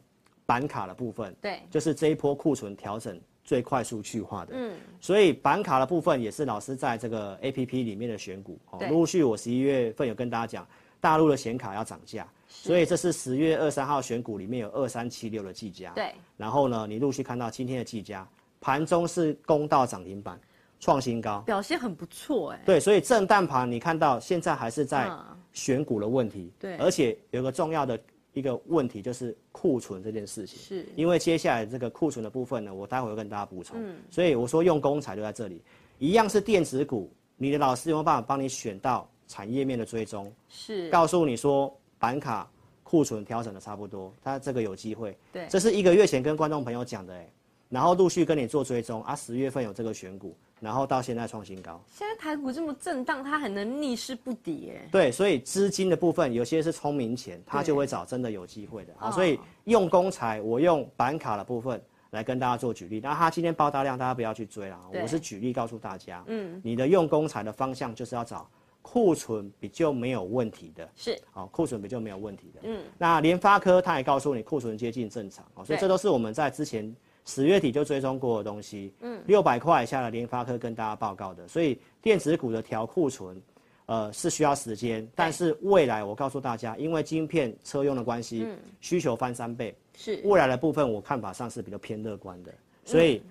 Speaker 3: 板卡的部分，
Speaker 2: 对，
Speaker 3: 就是这一波库存调整最快速去化的。嗯，所以板卡的部分也是老师在这个 A P P 里面的选股哦
Speaker 2: 对。
Speaker 3: 陆续我十一月份有跟大家讲，大陆的显卡要涨价，所以这是十月二三号选股里面有二三七六的技嘉。
Speaker 2: 对，
Speaker 3: 然后呢，你陆续看到今天的技嘉盘中是攻到涨停板，创新高。
Speaker 2: 表现很不错哎、
Speaker 3: 对，所以震荡盘你看到现在还是在
Speaker 2: 嗯
Speaker 3: 选股的问题，
Speaker 2: 对
Speaker 3: 而且有一个重要的一个问题就是库存这件事情，
Speaker 2: 是
Speaker 3: 因为接下来这个库存的部分呢，我待会会跟大家补充，
Speaker 2: 嗯
Speaker 3: 所以我说用工材就在这里，一样是电子股，你的老师有没有办法帮你选到产业面的追踪？
Speaker 2: 是
Speaker 3: 告诉你说板卡库存调整的差不多，它这个有机会。
Speaker 2: 对
Speaker 3: 这是一个月前跟观众朋友讲的哎、然后陆续跟你做追踪啊，十月份有这个选股，然后到现在创新高。
Speaker 2: 现在台股这么震荡，它还能逆势不跌哎、
Speaker 3: 对，所以资金的部分有些是聪明钱，他
Speaker 2: 对
Speaker 3: 就会找真的有机会的。好，
Speaker 2: 哦
Speaker 3: 所以用公材，我用板卡的部分来跟大家做举例。那它今天爆大量，大家不要去追啦，
Speaker 2: 对
Speaker 3: 我是举例告诉大家，嗯，你的用公材的方向就是要找库存比较没有问题的，
Speaker 2: 是
Speaker 3: 好，库存比较没有问题的。
Speaker 2: 嗯
Speaker 3: 嗯，那联发科它也告诉你库存接近正常，哦，所以
Speaker 2: 对
Speaker 3: 这都是我们在之前十月底就追踪过的东西。嗯，六百块以下的联发科跟大家报告的，所以电子股的调库存，呃，是需要时间，但是未来我告诉大家，因为晶片车用的关系，
Speaker 2: 嗯
Speaker 3: 需求翻三倍，
Speaker 2: 是
Speaker 3: 未来的部分我看法上是比较偏乐观的，
Speaker 2: 嗯
Speaker 3: 所以。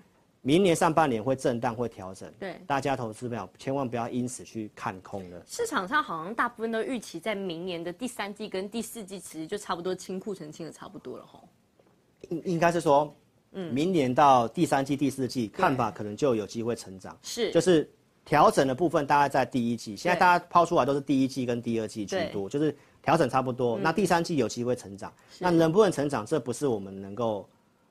Speaker 3: 明年上半年会震荡，会调整。
Speaker 2: 对
Speaker 3: 大家投资朋友千万不要因此去看空了。
Speaker 2: 市场上好像大部分都预期在明年的第三季跟第四季，其实就差不多清库存清的差不多了吼。
Speaker 3: 应应该是说，明年到第三季、第四季，看法可能就有机会成长。
Speaker 2: 是
Speaker 3: 就是调整的部分大概在第一季，现在
Speaker 2: 对
Speaker 3: 大家抛出来都是第一季跟第二季居多，就是调整差不多。那第三季有机会成长，那能不能成长，这不是我们能够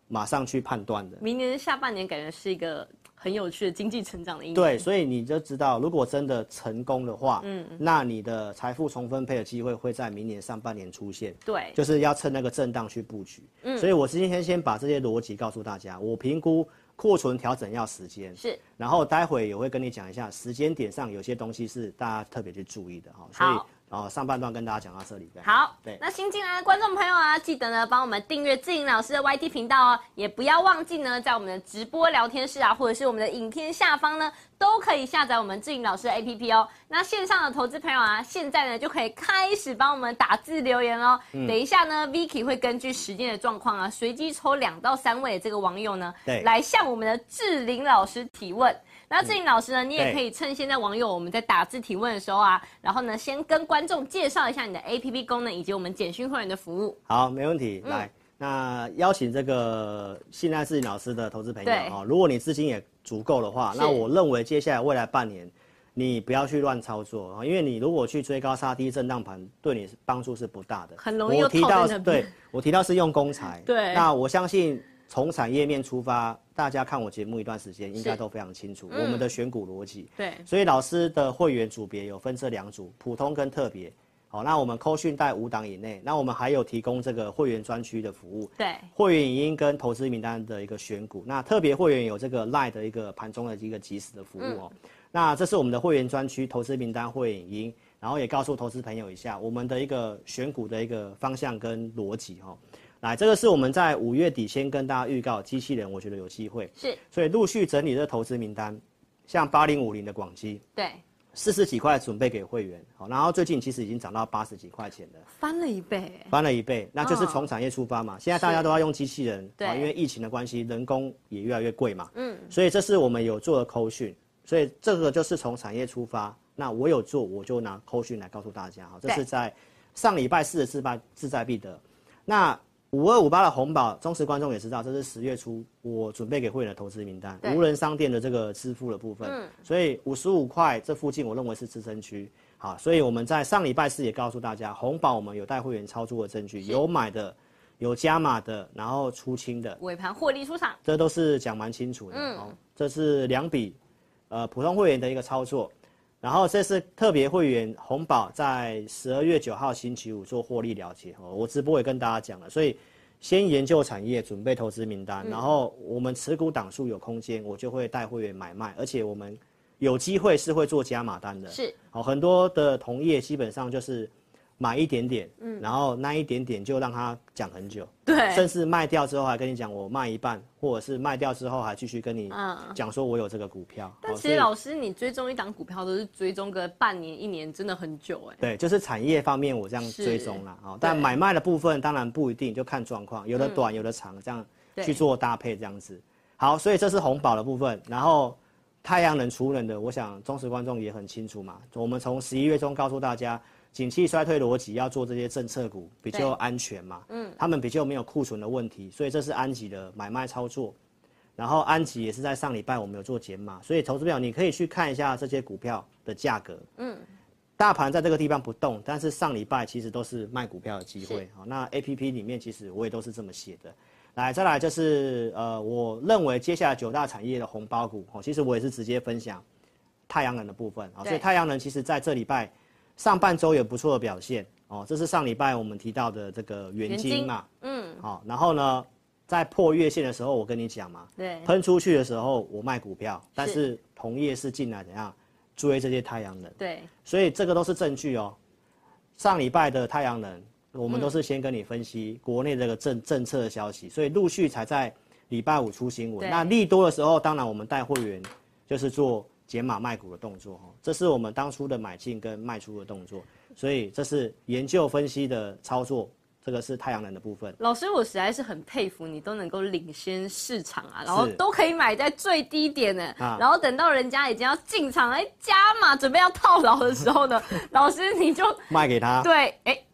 Speaker 3: 马上去判断的。
Speaker 2: 明年下半年感觉是一个很有趣的经济成长的一年。
Speaker 3: 对，所以你就知道，如果真的成功的话，嗯，那你的财富重分配的机会会在明年上半年出现。
Speaker 2: 对，
Speaker 3: 就是要趁那个震荡去布局。所以我今天先把这些逻辑告诉大家。我评估库存调整要时间，
Speaker 2: 是
Speaker 3: 然后待会也会跟你讲一下时间点上有些东西是大家特别去注意的哈。所以
Speaker 2: 好，
Speaker 3: 然后上半段跟大家讲到这里。
Speaker 2: 好
Speaker 3: 对，
Speaker 2: 那新进来的观众朋友啊，记得呢帮我们订阅志颖老师的 YT 频道哦，也不要忘记呢在我们的直播聊天室啊，或者是我们的影片下方呢，都可以下载我们志颖老师的 APP 哦。那线上的投资朋友啊，现在呢就可以开始帮我们打字留言哦。
Speaker 3: 嗯
Speaker 2: 等一下呢，Vicky 会根据实践的状况啊，随机抽两到三位的这个网友呢，
Speaker 3: 对
Speaker 2: 来向我们的志玲老师提问。那志颖老师呢，你也
Speaker 3: 对
Speaker 2: 可以趁现在网友我们在打字提问的时候啊，然后呢，先跟观众介绍一下你的 APP 功能以及我们简讯会员的服务。
Speaker 3: 好，没问
Speaker 2: 嗯
Speaker 3: 题。来，那邀请这个信赖志颖老师的投资朋友
Speaker 2: 对
Speaker 3: 哈，如果你资金也足够的话，
Speaker 2: 是
Speaker 3: 那我认为接下来未来半年。你不要去乱操作啊，因为你如果去追高杀低震荡盘，对你帮助是不大的。
Speaker 2: 很容易
Speaker 3: 我
Speaker 2: 又
Speaker 3: 提
Speaker 2: 套在
Speaker 3: 到
Speaker 2: 那边
Speaker 3: 对，我提到是用公材。
Speaker 2: 对
Speaker 3: 那我相信从产业面出发，大家看我节目一段时间，应该都非常清楚
Speaker 2: 嗯
Speaker 3: 我们的选股逻辑。
Speaker 2: 对，
Speaker 3: 所以老师的会员组别有分这两组，普通跟特别。好，那我们扣讯在五档以内，那我们还有提供这个会员专区的服务，
Speaker 2: 对，
Speaker 3: 会员影音跟投资名单的一个选股。那特别会员有这个 Line 的一个盘中的一个及时的服务哦。那这是我们的会员专区，投资名单、会员影音，然后也告诉投资朋友一下我们的一个选股的一个方向跟逻辑哦。来，这个是我们在五月底先跟大家预告，机器人我觉得有机会，
Speaker 2: 是，
Speaker 3: 所以陆续整理这投资名单，像八零五零的广基，
Speaker 2: 对，
Speaker 3: 四十几块准备给会员，好，然后最近其实已经涨到八十几块钱了，
Speaker 2: 翻了一倍。
Speaker 3: 翻了一倍，那就是从产业出发嘛。现在大家都要用机器人，
Speaker 2: 嗯对
Speaker 3: 啊因为疫情的关系，人工也越来越贵嘛，嗯，所以这是我们有做的扣讯，所以这个就是从产业出发。那我有做，我就拿扣讯来告诉大家，哦哈，这
Speaker 2: 对
Speaker 3: 是在上礼拜四的自败自在必得，那。五二五八的红宝，忠实观众也知道，这是十月初我准备给会员的投资名单，
Speaker 2: 对
Speaker 3: 无人商店的这个支付的部分，所以五十五块这附近我认为是支撑区。好，所以我们在上礼拜四也告诉大家，红宝我们有带会员操作的证据，有买的，有加码的，然后出清的，
Speaker 2: 尾盘获利出场，
Speaker 3: 这都是讲蛮清楚的。哦，这是两笔，呃，普通会员的一个操作，然后这是特别会员红宝在十二月九号星期五做获利了结。哦，我直播也跟大家讲了，所以先研究产业，准备投资名
Speaker 2: 嗯
Speaker 3: 单，然后我们持股档数有空间，我就会带会员买卖，而且我们有机会是会做加码单的。
Speaker 2: 是
Speaker 3: 好，很多的同业基本上就是买一点点，嗯，然后那一点点就让他讲很久，甚
Speaker 2: 对，
Speaker 3: 至卖掉之后还跟你讲我卖一半，或者是卖掉之后还继续跟你讲说我有这个股票。
Speaker 2: 嗯但
Speaker 3: 好
Speaker 2: 其
Speaker 3: 所
Speaker 2: 实
Speaker 3: 以
Speaker 2: 老师，你追踪一档股票都是追踪个半年、一年，真的很久哎、
Speaker 3: 对，就是产业方面我这样
Speaker 2: 是
Speaker 3: 追踪啦，哦，但
Speaker 2: 对嗯
Speaker 3: 买卖的部分当然不一定，就看状况，有的短有的长，这样
Speaker 2: 对
Speaker 3: 去做搭配这样子。好，所以这是红宝的部分，然后太阳能、储能的，我想忠实观众也很清楚嘛。我们从十一月中告诉大家，景气衰退逻辑要做这些政策股比较安全嘛，嗯，他们比较没有库存的问题，所以这是安吉的买卖操作。然后安吉也是在上礼拜我们有做减码，所以投资票你可以去看一下这些股票的价格，嗯，大盘在这个地方不动，但是上礼拜其实都是卖股票的机会。好，那 A P P 里面其实我也都是这么写的。来，再来就是呃，我认为接下来九大产业的红包股，哦，其实我也是直接分享太阳能的部分啊、哦，所以太阳能其实在这礼拜上半周有不错的表现哦，这是上礼拜我们提到的这个元金嘛，嗯，好、哦，然后呢，在破月线的时候，我跟你讲嘛，
Speaker 2: 对，
Speaker 3: 喷出去的时候我卖股票，但是同业是进来怎样追这些太阳能，
Speaker 2: 对，
Speaker 3: 所以这个都是证据哦，上礼拜的太阳能。我
Speaker 2: 嗯
Speaker 3: 们都是先跟你分析国内这个政政策的消息，所以陆续才在礼拜五出新闻。那利多的时候，当然我们带会员就是做减码卖股的动作，哦这是我们当初的买进跟卖出的动作。所以这是研究分析的操作，这个是太阳能的部分。
Speaker 2: 老师，我实在是很佩服你都能够领先市场啊，然后都可以买在最低点呢、啊，然后等到人家已经要进场来加码，准备要套牢的时候呢，老师你就
Speaker 3: 卖给 他。
Speaker 2: 对，哎、欸。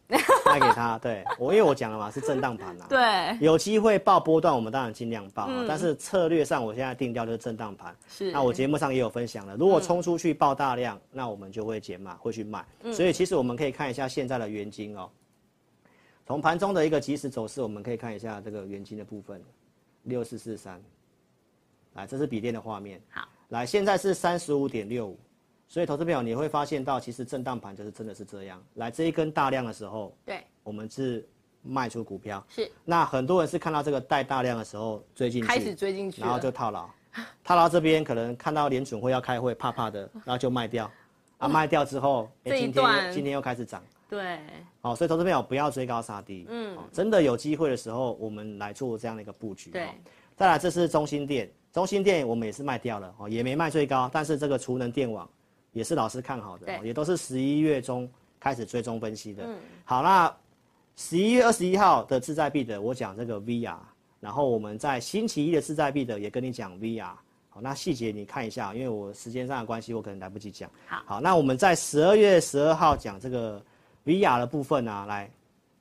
Speaker 3: 卖给他，对我，因为我讲了嘛，是震荡盘呐。
Speaker 2: 对，
Speaker 3: 有机会报波段，我们当然尽量报、嗯，但是策略上我现在定调就是震荡盘。
Speaker 2: 是，嗯
Speaker 3: 那我节目上也有分享了，如果冲出去爆大量，嗯、那我们就会减码，会去卖、嗯。所以其实我们可以看一下现在的原金哦，从盘中的一个即时走势，我们可以看一下这个原金的部分，六四四三，来，这是笔电的画面。
Speaker 2: 好，
Speaker 3: 来，现在是三十五点六五。所以，投资朋友你会发现到，其实震荡盘就是真的是这样。来这一根大量的时候，
Speaker 2: 对，
Speaker 3: 我们是卖出股票。
Speaker 2: 是。
Speaker 3: 那很多人是看到这个带大量的时候追进去，
Speaker 2: 开始追进去，
Speaker 3: 然后就套牢。套牢这边可能看到联准会要开会，怕怕的，然后就卖掉。啊，卖掉之后，哎
Speaker 2: 欸、
Speaker 3: 今天今天又开始涨。
Speaker 2: 对。
Speaker 3: 好、哦，所以投资朋友不要追高杀低。嗯、哦。真的有机会的时候，我们来做这样的一个布局。
Speaker 2: 对。哦、
Speaker 3: 再来，这是中心店，中心店我们也是卖掉了，哦，也没卖最高，但是这个储能电网。也是老师看好的，哦也都是十一月中开始追踪分析的。嗯、好，那十一月二十一号的志在必得，我讲这个 VR，然后我们在星期一的志在必得也跟你讲 VR。好，那细节你看一下，因为我时间上的关系，我可能来不及讲。
Speaker 2: 好，
Speaker 3: 好，那我们在十二月十二号讲这个 VR 的部分啊，来，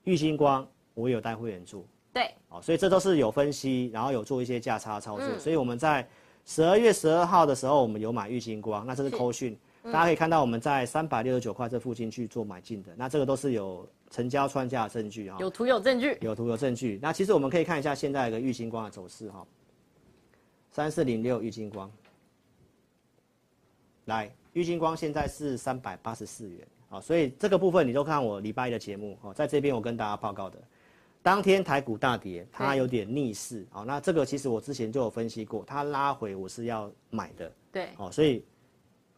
Speaker 3: 玉星光我有带会员做，
Speaker 2: 对，
Speaker 3: 好，哦所以这都是有分析，然后有做一些价差操作、嗯，所以我们在十二月十二号的时候，我们有买玉星光，那这是嗯扣讯。大家可以看到，我们在三百六十九块这附近去做买进的，那这个都是有成交穿价的证据哈，啊
Speaker 2: 有图有证据，
Speaker 3: 有图有证据。那其实我们可以看一下现在一个玉金光的走势哈，三四零六玉金光，来，玉金光现在是三百八十四元啊，所以这个部分你都看我礼拜一的节目哦，在这边我跟大家报告的，当天台股大跌，它有点逆势啊，那这个其实我之前就有分析过，它拉回我是要买的，
Speaker 2: 对，
Speaker 3: 哦，所以。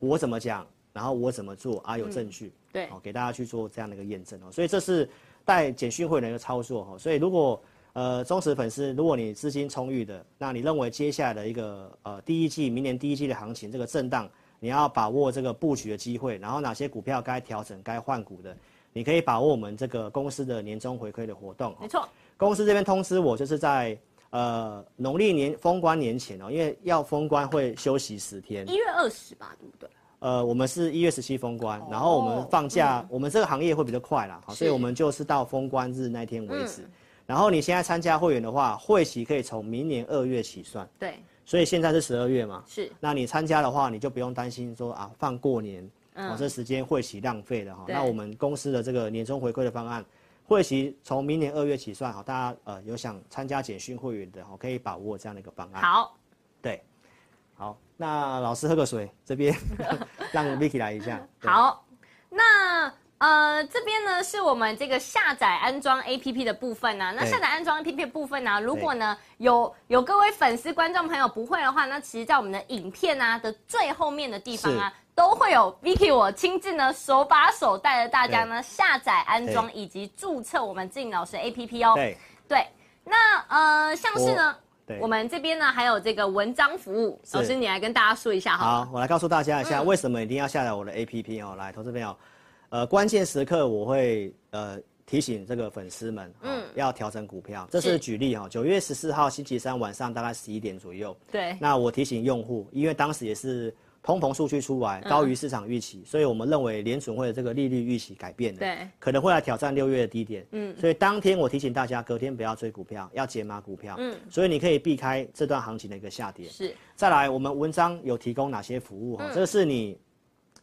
Speaker 3: 我怎么讲，然后我怎么做啊？有证据，嗯、
Speaker 2: 对，
Speaker 3: 哦，给大家去做这样的一个验证哦。所以这是带简讯会员的操作哈、哦。所以如果呃忠实粉丝，如果你资金充裕的，那你认为接下来的一个呃第一季、明年第一季的行情这个震荡，你要把握这个布局的机会，然后哪些股票该调整、该换股的，你可以把握我们这个公司的年终回馈的活动。哦
Speaker 2: 没错，
Speaker 3: 公司这边通知我就是在。呃，农历年封关年前哦，因为要封关会休息十天，
Speaker 2: 一月二十吧，对不对？
Speaker 3: 呃，我们是一月十七封关、哦，然后我们放假、嗯，我们这个行业会比较快啦，好，所以我们就是到封关日那天为止。嗯、然后你现在参加会员的话，会期可以从明年二月起算，
Speaker 2: 对，
Speaker 3: 所以现在是十二月嘛，
Speaker 2: 是。
Speaker 3: 那你参加的话，你就不用担心说啊放过年，嗯，哦、这时间会期浪费了哈、哦。那我们公司的这个年终回馈的方案。会期从明年二月起算，好，大家呃有想参加简讯会员的，好，可以把握这样的一个方案。
Speaker 2: 好，
Speaker 3: 对，好，那老师喝个水，这边 让 Vicky 来一下。
Speaker 2: 好，那呃这边呢是我们这个下载安装 APP 的部分呢、啊。那下载安装 APP 的部分呢、啊，如果呢有有各位粉丝观众朋友不会的话，那其实在我们的影片啊的最后面的地方啊。都会有 Vicky 我亲自呢手把手带着大家呢下载安装以及注册我们静老师 APP 哦。
Speaker 3: 对，
Speaker 2: 对，那呃像是呢我，我们这边呢还有这个文章服务，老师你来跟大家说一下
Speaker 3: 好。好，我来告诉大家一下、嗯、为什么一定要下载我的 APP 哦。来，投资朋友，呃，关键时刻我会呃。提醒这个粉丝们，嗯，要调整股票。这是举例哈，九月十四号星期三晚上大概十一点左右，
Speaker 2: 对，
Speaker 3: 那我提醒用户，因为当时也是通膨数据出来高于市场预期，所以我们认为联储会的这个利率预期改变了，
Speaker 2: 对，
Speaker 3: 可能会来挑战六月的低点，嗯，所以当天我提醒大家，隔天不要追股票，要解码股票，嗯，所以你可以避开这段行情的一个下跌。
Speaker 2: 是，
Speaker 3: 再来，我们文章有提供哪些服务哈？
Speaker 2: 嗯
Speaker 3: 这是你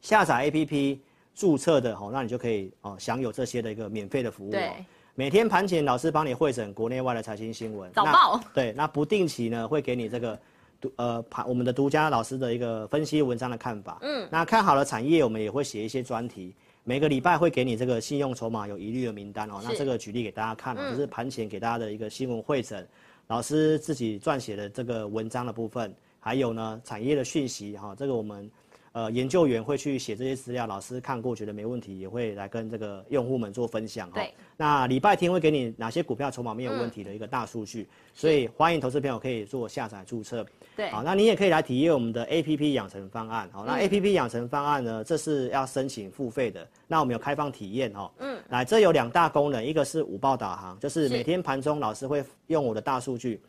Speaker 3: 下载 APP 注册的哈，那你就可以哦享有这些的一个免费的服务哦
Speaker 2: 对。
Speaker 3: 每天盘前老师帮你会诊国内外的财经新闻，
Speaker 2: 早
Speaker 3: 那
Speaker 2: 报
Speaker 3: 对，那不定期呢会给你这个独呃盘我们的独家老师的一个分析文章的看法。嗯，那看好了产业，我们也会写一些专题。每个礼拜会给你这个信用筹码有疑虑的名单哦，那
Speaker 2: 是
Speaker 3: 这个举例给大家看哦，就是盘前给大家的一个新闻会诊，老师自己撰写的这个文章的部分，还有呢产业的讯息哈、这个我们呃研究员会去写这些资料，老师看过觉得没问题，也会来跟这个用户们做分享哈、
Speaker 2: 对
Speaker 3: 那礼拜天会给你哪些股票筹码没有问题的一个大数据，所以欢迎投资朋友可以做下载注册。
Speaker 2: 对
Speaker 3: 好，那你也可以来体验我们的 A P P 养成方案。好，那 A P P 养成方案呢，这是要申请付费的。那我们有开放体验哦。嗯，来，这有两大功能，一个是午报导航，就是
Speaker 2: 是
Speaker 3: 每天盘中老师会用我的大数据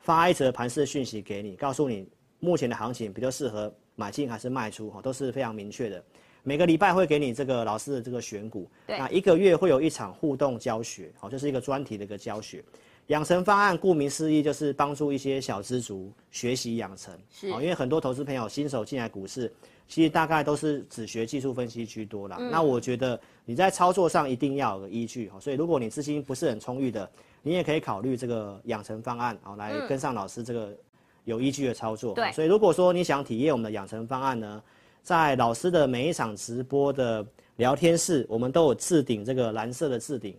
Speaker 3: 发一则盘势讯息给你，告诉你目前的行情比较适合买进还是卖出，哈，都是非常明确的。每个礼拜会给你这个老师的这个选股，
Speaker 2: 对
Speaker 3: 那一个月会有一场互动教学，好，就是一个专题的一个教学。养成方案顾名思义就是帮助一些小资族学习养成，哦
Speaker 2: 是
Speaker 3: 好因为很多投资朋友新手进来股市，其实大概都是只学技术分析居多啦。
Speaker 2: 嗯
Speaker 3: 那我觉得你在操作上一定要有个依据，哦好所以如果你资金不是很充裕的，你也可以考虑这个养成方案，好来跟上老师这个有依据的操作。
Speaker 2: 嗯
Speaker 3: 哦
Speaker 2: 对
Speaker 3: 所以如果说你想体验我们的养成方案呢，在老师的每一场直播的聊天室，我们都有置顶这个蓝色的置顶，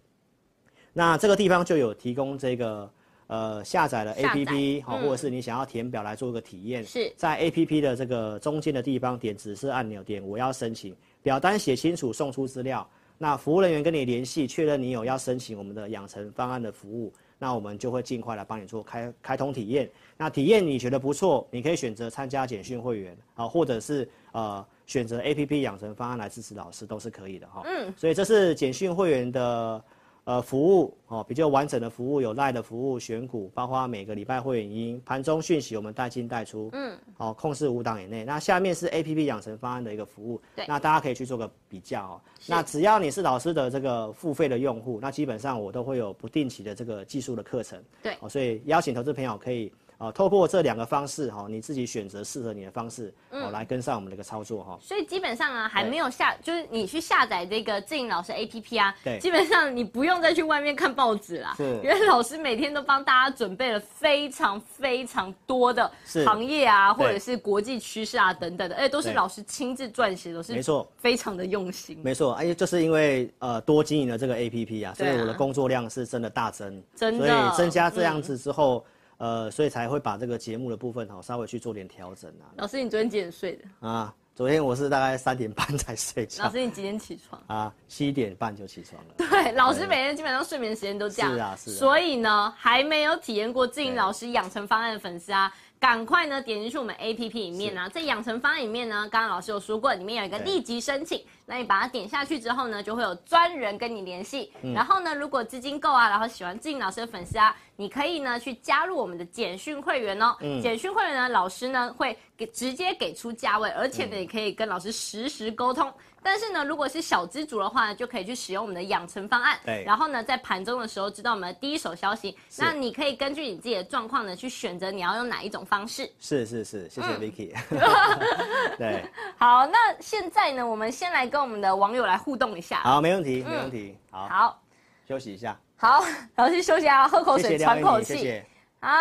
Speaker 3: 那这个地方就有提供这个呃下载的
Speaker 2: 下载
Speaker 3: APP 好、
Speaker 2: 嗯
Speaker 3: 哦或者是你想要填表来做个体验，
Speaker 2: 是
Speaker 3: 在 APP 的这个中间的地方点指示按钮，点我要申请表单写清楚，送出资料。那服务人员跟你联系，确认你有要申请我们的养成方案的服务，那我们就会尽快来帮你做开开通体验。那体验你觉得不错，你可以选择参加简讯会员啊，或者是呃选择 A P P 养成方案来支持老师都是可以的哈。嗯，所以这是简讯会员的呃服务哦，比较完整的服务有赖的服务选股，包括每个礼拜会员音盘中讯息我们带进带出，嗯，哦控制五档以内。那下面是 A P P 养成方案的一个服务，
Speaker 2: 对
Speaker 3: 那大家可以去做个比较哦。那只要你是老师的这个付费的用户，那基本上我都会有不定期的这个技术的课程，
Speaker 2: 对
Speaker 3: 哦，所以邀请投资朋友可以。啊，透过这两个方式哈、哦，你自己选择适合你的方式，
Speaker 2: 嗯
Speaker 3: 哦，来跟上我们的一个操作哈、哦。
Speaker 2: 所以基本上啊，还
Speaker 3: 对
Speaker 2: 没有下，就是你去下载这个志颖老师 APP 啊，
Speaker 3: 对
Speaker 2: 基本上你不用再去外面看报纸啦，
Speaker 3: 是
Speaker 2: 因为老师每天都帮大家准备了非常非常多的
Speaker 3: 是
Speaker 2: 行业啊，
Speaker 3: 对
Speaker 2: 或者是国际趋势啊等等的，而且都是
Speaker 3: 对
Speaker 2: 老师亲自撰写，都是
Speaker 3: 没错，
Speaker 2: 非常的用心，
Speaker 3: 没错，哎，就是因为呃多经营了这个 A P P 啊，所以
Speaker 2: 对啊
Speaker 3: 我的工作量是真的大增，
Speaker 2: 真的嗯
Speaker 3: 所以增加这样子之后，呃，所以才会把这个节目的部分哈、哦稍微去做点调整
Speaker 2: 老师你昨天几点睡的？
Speaker 3: 啊啊，昨天我是大概三点半才睡
Speaker 2: 老
Speaker 3: 觉
Speaker 2: 师你几点起床？
Speaker 3: 啊，七点半就起床了。
Speaker 2: 对，老师每天基本上睡眠时间都这样。
Speaker 3: 是啊是啊
Speaker 2: 所以呢，还没有体验过志颖
Speaker 3: 对
Speaker 2: 老师养成方案的粉丝啊，赶快呢点进去我们 APP 里面啊，在养成方案里面呢，刚刚老师有说过，里面有一个
Speaker 3: 对
Speaker 2: 立即申请，那你把它点下去之后呢，就会有专人跟你联系。
Speaker 3: 嗯
Speaker 2: 然后呢，如果资金够啊，然后喜欢志颖老师的粉丝啊，你可以呢去加入我们的简讯会员哦。
Speaker 3: 嗯
Speaker 2: 简讯会员呢，老师呢会给直接给出价
Speaker 3: 嗯
Speaker 2: 位，而且呢也可以跟老师实时沟通。但是呢，如果是小资族的话呢，就可以去使用我们的养成方案。
Speaker 3: 对
Speaker 2: 然后呢，在盘中的时候知道我们的第一手消息。
Speaker 3: 是
Speaker 2: 那你可以根据你自己的状况呢，去选择你要用哪一种方式。
Speaker 3: 是是是，谢谢
Speaker 2: 嗯
Speaker 3: Vicky。对，
Speaker 2: 好，那现在呢，我们先来跟我们的网友来互动一下。
Speaker 3: 好，没问题，没问题。好，
Speaker 2: 嗯好，
Speaker 3: 休息一下，
Speaker 2: 好，老师休息啊，喝口
Speaker 3: 谢谢
Speaker 2: 水，
Speaker 3: 廖
Speaker 2: 喘口
Speaker 3: 英妮，
Speaker 2: 气。
Speaker 3: 谢谢
Speaker 2: 好，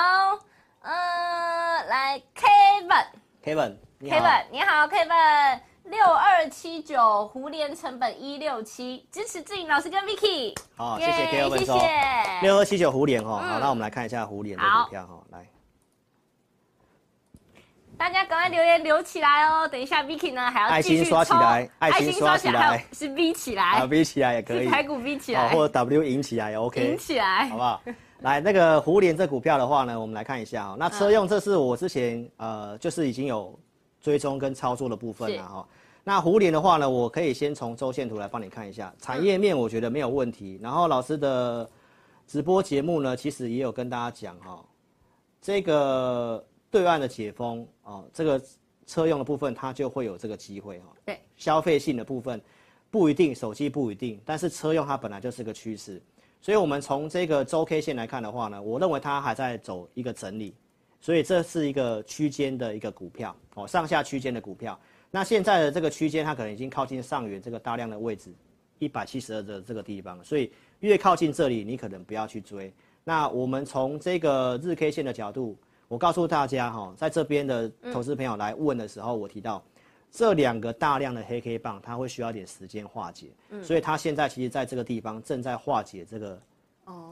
Speaker 2: 呃，来 Kevin，Kevin
Speaker 3: Kevin，你好。
Speaker 2: 你好，Kevin。六二七九胡连成本一六七，支持志颖老师跟 Vicky，
Speaker 3: 好，谢
Speaker 2: 耶
Speaker 3: 谢 Kevin
Speaker 2: 谢
Speaker 3: 说。
Speaker 2: 谢。
Speaker 3: 六二七九胡联哈，好，那我们来看一下胡联的
Speaker 2: 好
Speaker 3: 股票哈，来。
Speaker 2: 大家赶快留言留起来哦！等一下 Vicky 呢还要继续
Speaker 3: 爱心刷起来
Speaker 2: 抽
Speaker 3: 爱心刷起来
Speaker 2: 还有是 V 起
Speaker 3: 啊
Speaker 2: 来，
Speaker 3: ，V 起来也可以，
Speaker 2: 是排骨 V 起
Speaker 3: 啊
Speaker 2: 来，
Speaker 3: 或者 W 引起来也 OK，
Speaker 2: 顶起来
Speaker 3: 好不，好？来，那个胡联这股票的话呢，我们来看一下哦哈、
Speaker 2: 嗯
Speaker 3: 那车用这是我之前呃，就是已经有追踪跟操作的部分了哈、那胡联的话呢，我可以先从周线图来帮你看一下产业面，我觉得没有问题。然后老师的直播节目呢，其实也有跟大家讲哈、这个对岸的解封哦，这个车用的部分它就会有这个机会哈、
Speaker 2: 对，
Speaker 3: 消费性的部分不一定，手机不一定，但是车用它本来就是个趋势，所以我们从这个周 K 线来看的话呢，我认为它还在走一个整理，所以这是一个区间的一个股票哦，上下区间的股票。那现在的这个区间，它可能已经靠近上缘这个大量的位置，一百七十二的这个地方，所以越靠近这里，你可能不要去追。那我们从这个日 K 线的角度，我告诉大家哈，在这边的
Speaker 2: 嗯
Speaker 3: 投资朋友来问的时候，我提到这两个大量的黑 K 棒，它会需要一点时间化解，
Speaker 2: 嗯
Speaker 3: 所以它现在其实在这个地方正在化解这个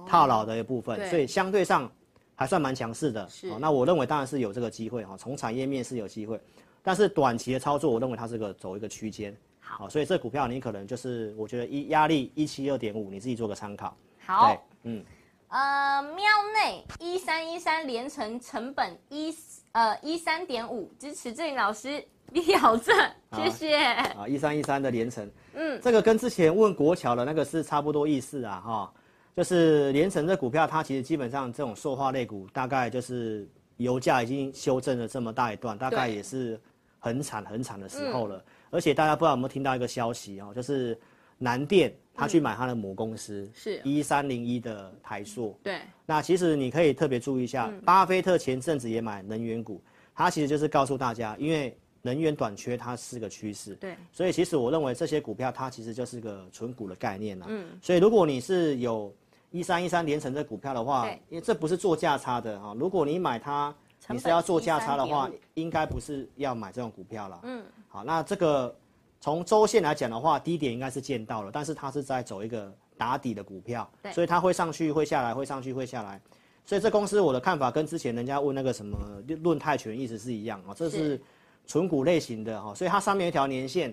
Speaker 3: 套牢的一部分，
Speaker 2: 哦对
Speaker 3: 所以相对上还算蛮强势的。
Speaker 2: 是
Speaker 3: 哦那我认为当然是有这个机会哈，从产业面是有机会，但是短期的操作，我认为它是个走一个区间。好，所以这股票你可能就是，我觉得一压力一七二点五，你自己做个参考。
Speaker 2: 好
Speaker 3: 对，，嗯，
Speaker 2: 呃，喵内一三一三连成成本一呃一三点五，支持郑老师表正，谢谢。
Speaker 3: 啊，一三一三的连城，嗯，这个跟之前问国桥的那个是差不多意思啊，哈、就是连城这股票，它其实基本上这种塑化类股，大概就是油价已经修正了这么大一段，大概
Speaker 2: 对
Speaker 3: 也是很惨很惨的时候了。而且大家不知道有没有听到一个消息哦，就是南电他去买它的母公司，
Speaker 2: 是
Speaker 3: 一三零一的台塑，
Speaker 2: 对，
Speaker 3: 那其实你可以特别注意一
Speaker 2: 嗯
Speaker 3: 下，巴菲特前阵子也买能源股，他其实就是告诉大家，因为能源短缺它是个趋势，
Speaker 2: 对，
Speaker 3: 所以其实我认为这些股票它其实就是个纯股的概念啦。嗯，所以如果你是有一三一三连成的股票的话
Speaker 2: 对，
Speaker 3: 因为这不是做价差的哈、啊如果你买它，
Speaker 2: 成本
Speaker 3: 你是要做价差的话
Speaker 2: 13.5，
Speaker 3: 应该不是要买这种股票啦。嗯，好，那这个从周线来讲的话，低点应该是见到了，但是它是在走一个打底的股票，所以它会上去，会下来，会上去，会下来。所以这公司我的看法跟之前人家问那个什么论泰拳意思是一样啊、哦，这
Speaker 2: 是
Speaker 3: 是纯股类型的哈、哦，所以它上面有一条年线，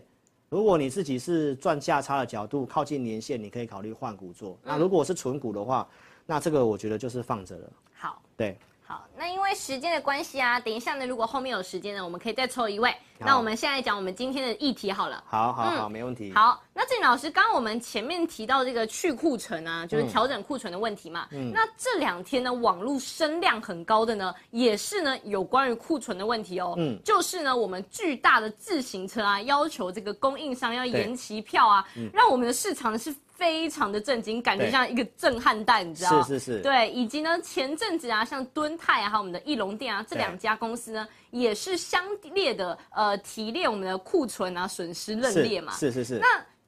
Speaker 3: 如果你自己是赚价差的角度靠近年线，你可以考虑换股做。
Speaker 2: 嗯
Speaker 3: 那如果是纯股的话，那这个我觉得就是放着了。
Speaker 2: 好。
Speaker 3: 对，
Speaker 2: 好，那因为时间的关系啊，等一下呢，如果后面有时间呢，我们可以再抽一位。那我们现在讲我们今天的议题好了。
Speaker 3: 好好好，没问题。
Speaker 2: 嗯好，那郑老师，刚刚我们前面提到这个去库存啊，
Speaker 3: 嗯
Speaker 2: 就是调整库存的问题嘛。那这两天呢，网络声量很高的呢，也是呢有关于库存的问题哦。
Speaker 3: 嗯
Speaker 2: 就是呢，我们巨大的自行车啊，要求这个供应商要延期票啊，让我们的市场呢是非常的震惊，感觉
Speaker 3: 嗯对
Speaker 2: 像一个震撼弹，你知道
Speaker 3: 是
Speaker 2: 吗？
Speaker 3: 是是，
Speaker 2: 对，以及呢，前阵子啊，像敦泰啊，还有我们的翼龙店啊，这
Speaker 3: 对
Speaker 2: 两家公司呢，也是相列的呃提列我们的库存啊损失认列嘛。
Speaker 3: 是是是。
Speaker 2: 那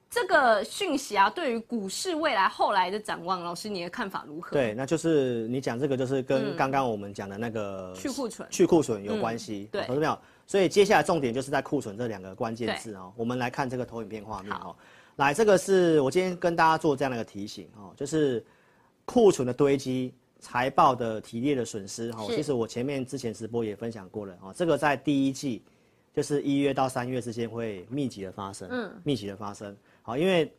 Speaker 2: 这个讯息啊，对于股市未来后来的展望，老师你的看法如何？，
Speaker 3: 对，那就是你讲这个，就是跟刚刚我们讲的那个
Speaker 2: 嗯去库存
Speaker 3: 去库存有关系哦
Speaker 2: 嗯，对
Speaker 3: 好投资朋友。所以接下来重点就是在库存这两个关键字哦，我们来看这个投影片画面哦。来，这个是我今天跟大家做这样的一个提醒哦，就是库存的堆积、财报的提列的损失哦。
Speaker 2: 是
Speaker 3: 其实我前面之前直播也分享过了哦，这个在第一季就是一月到三月之间会密集的发生，嗯，密集的发生。好，因为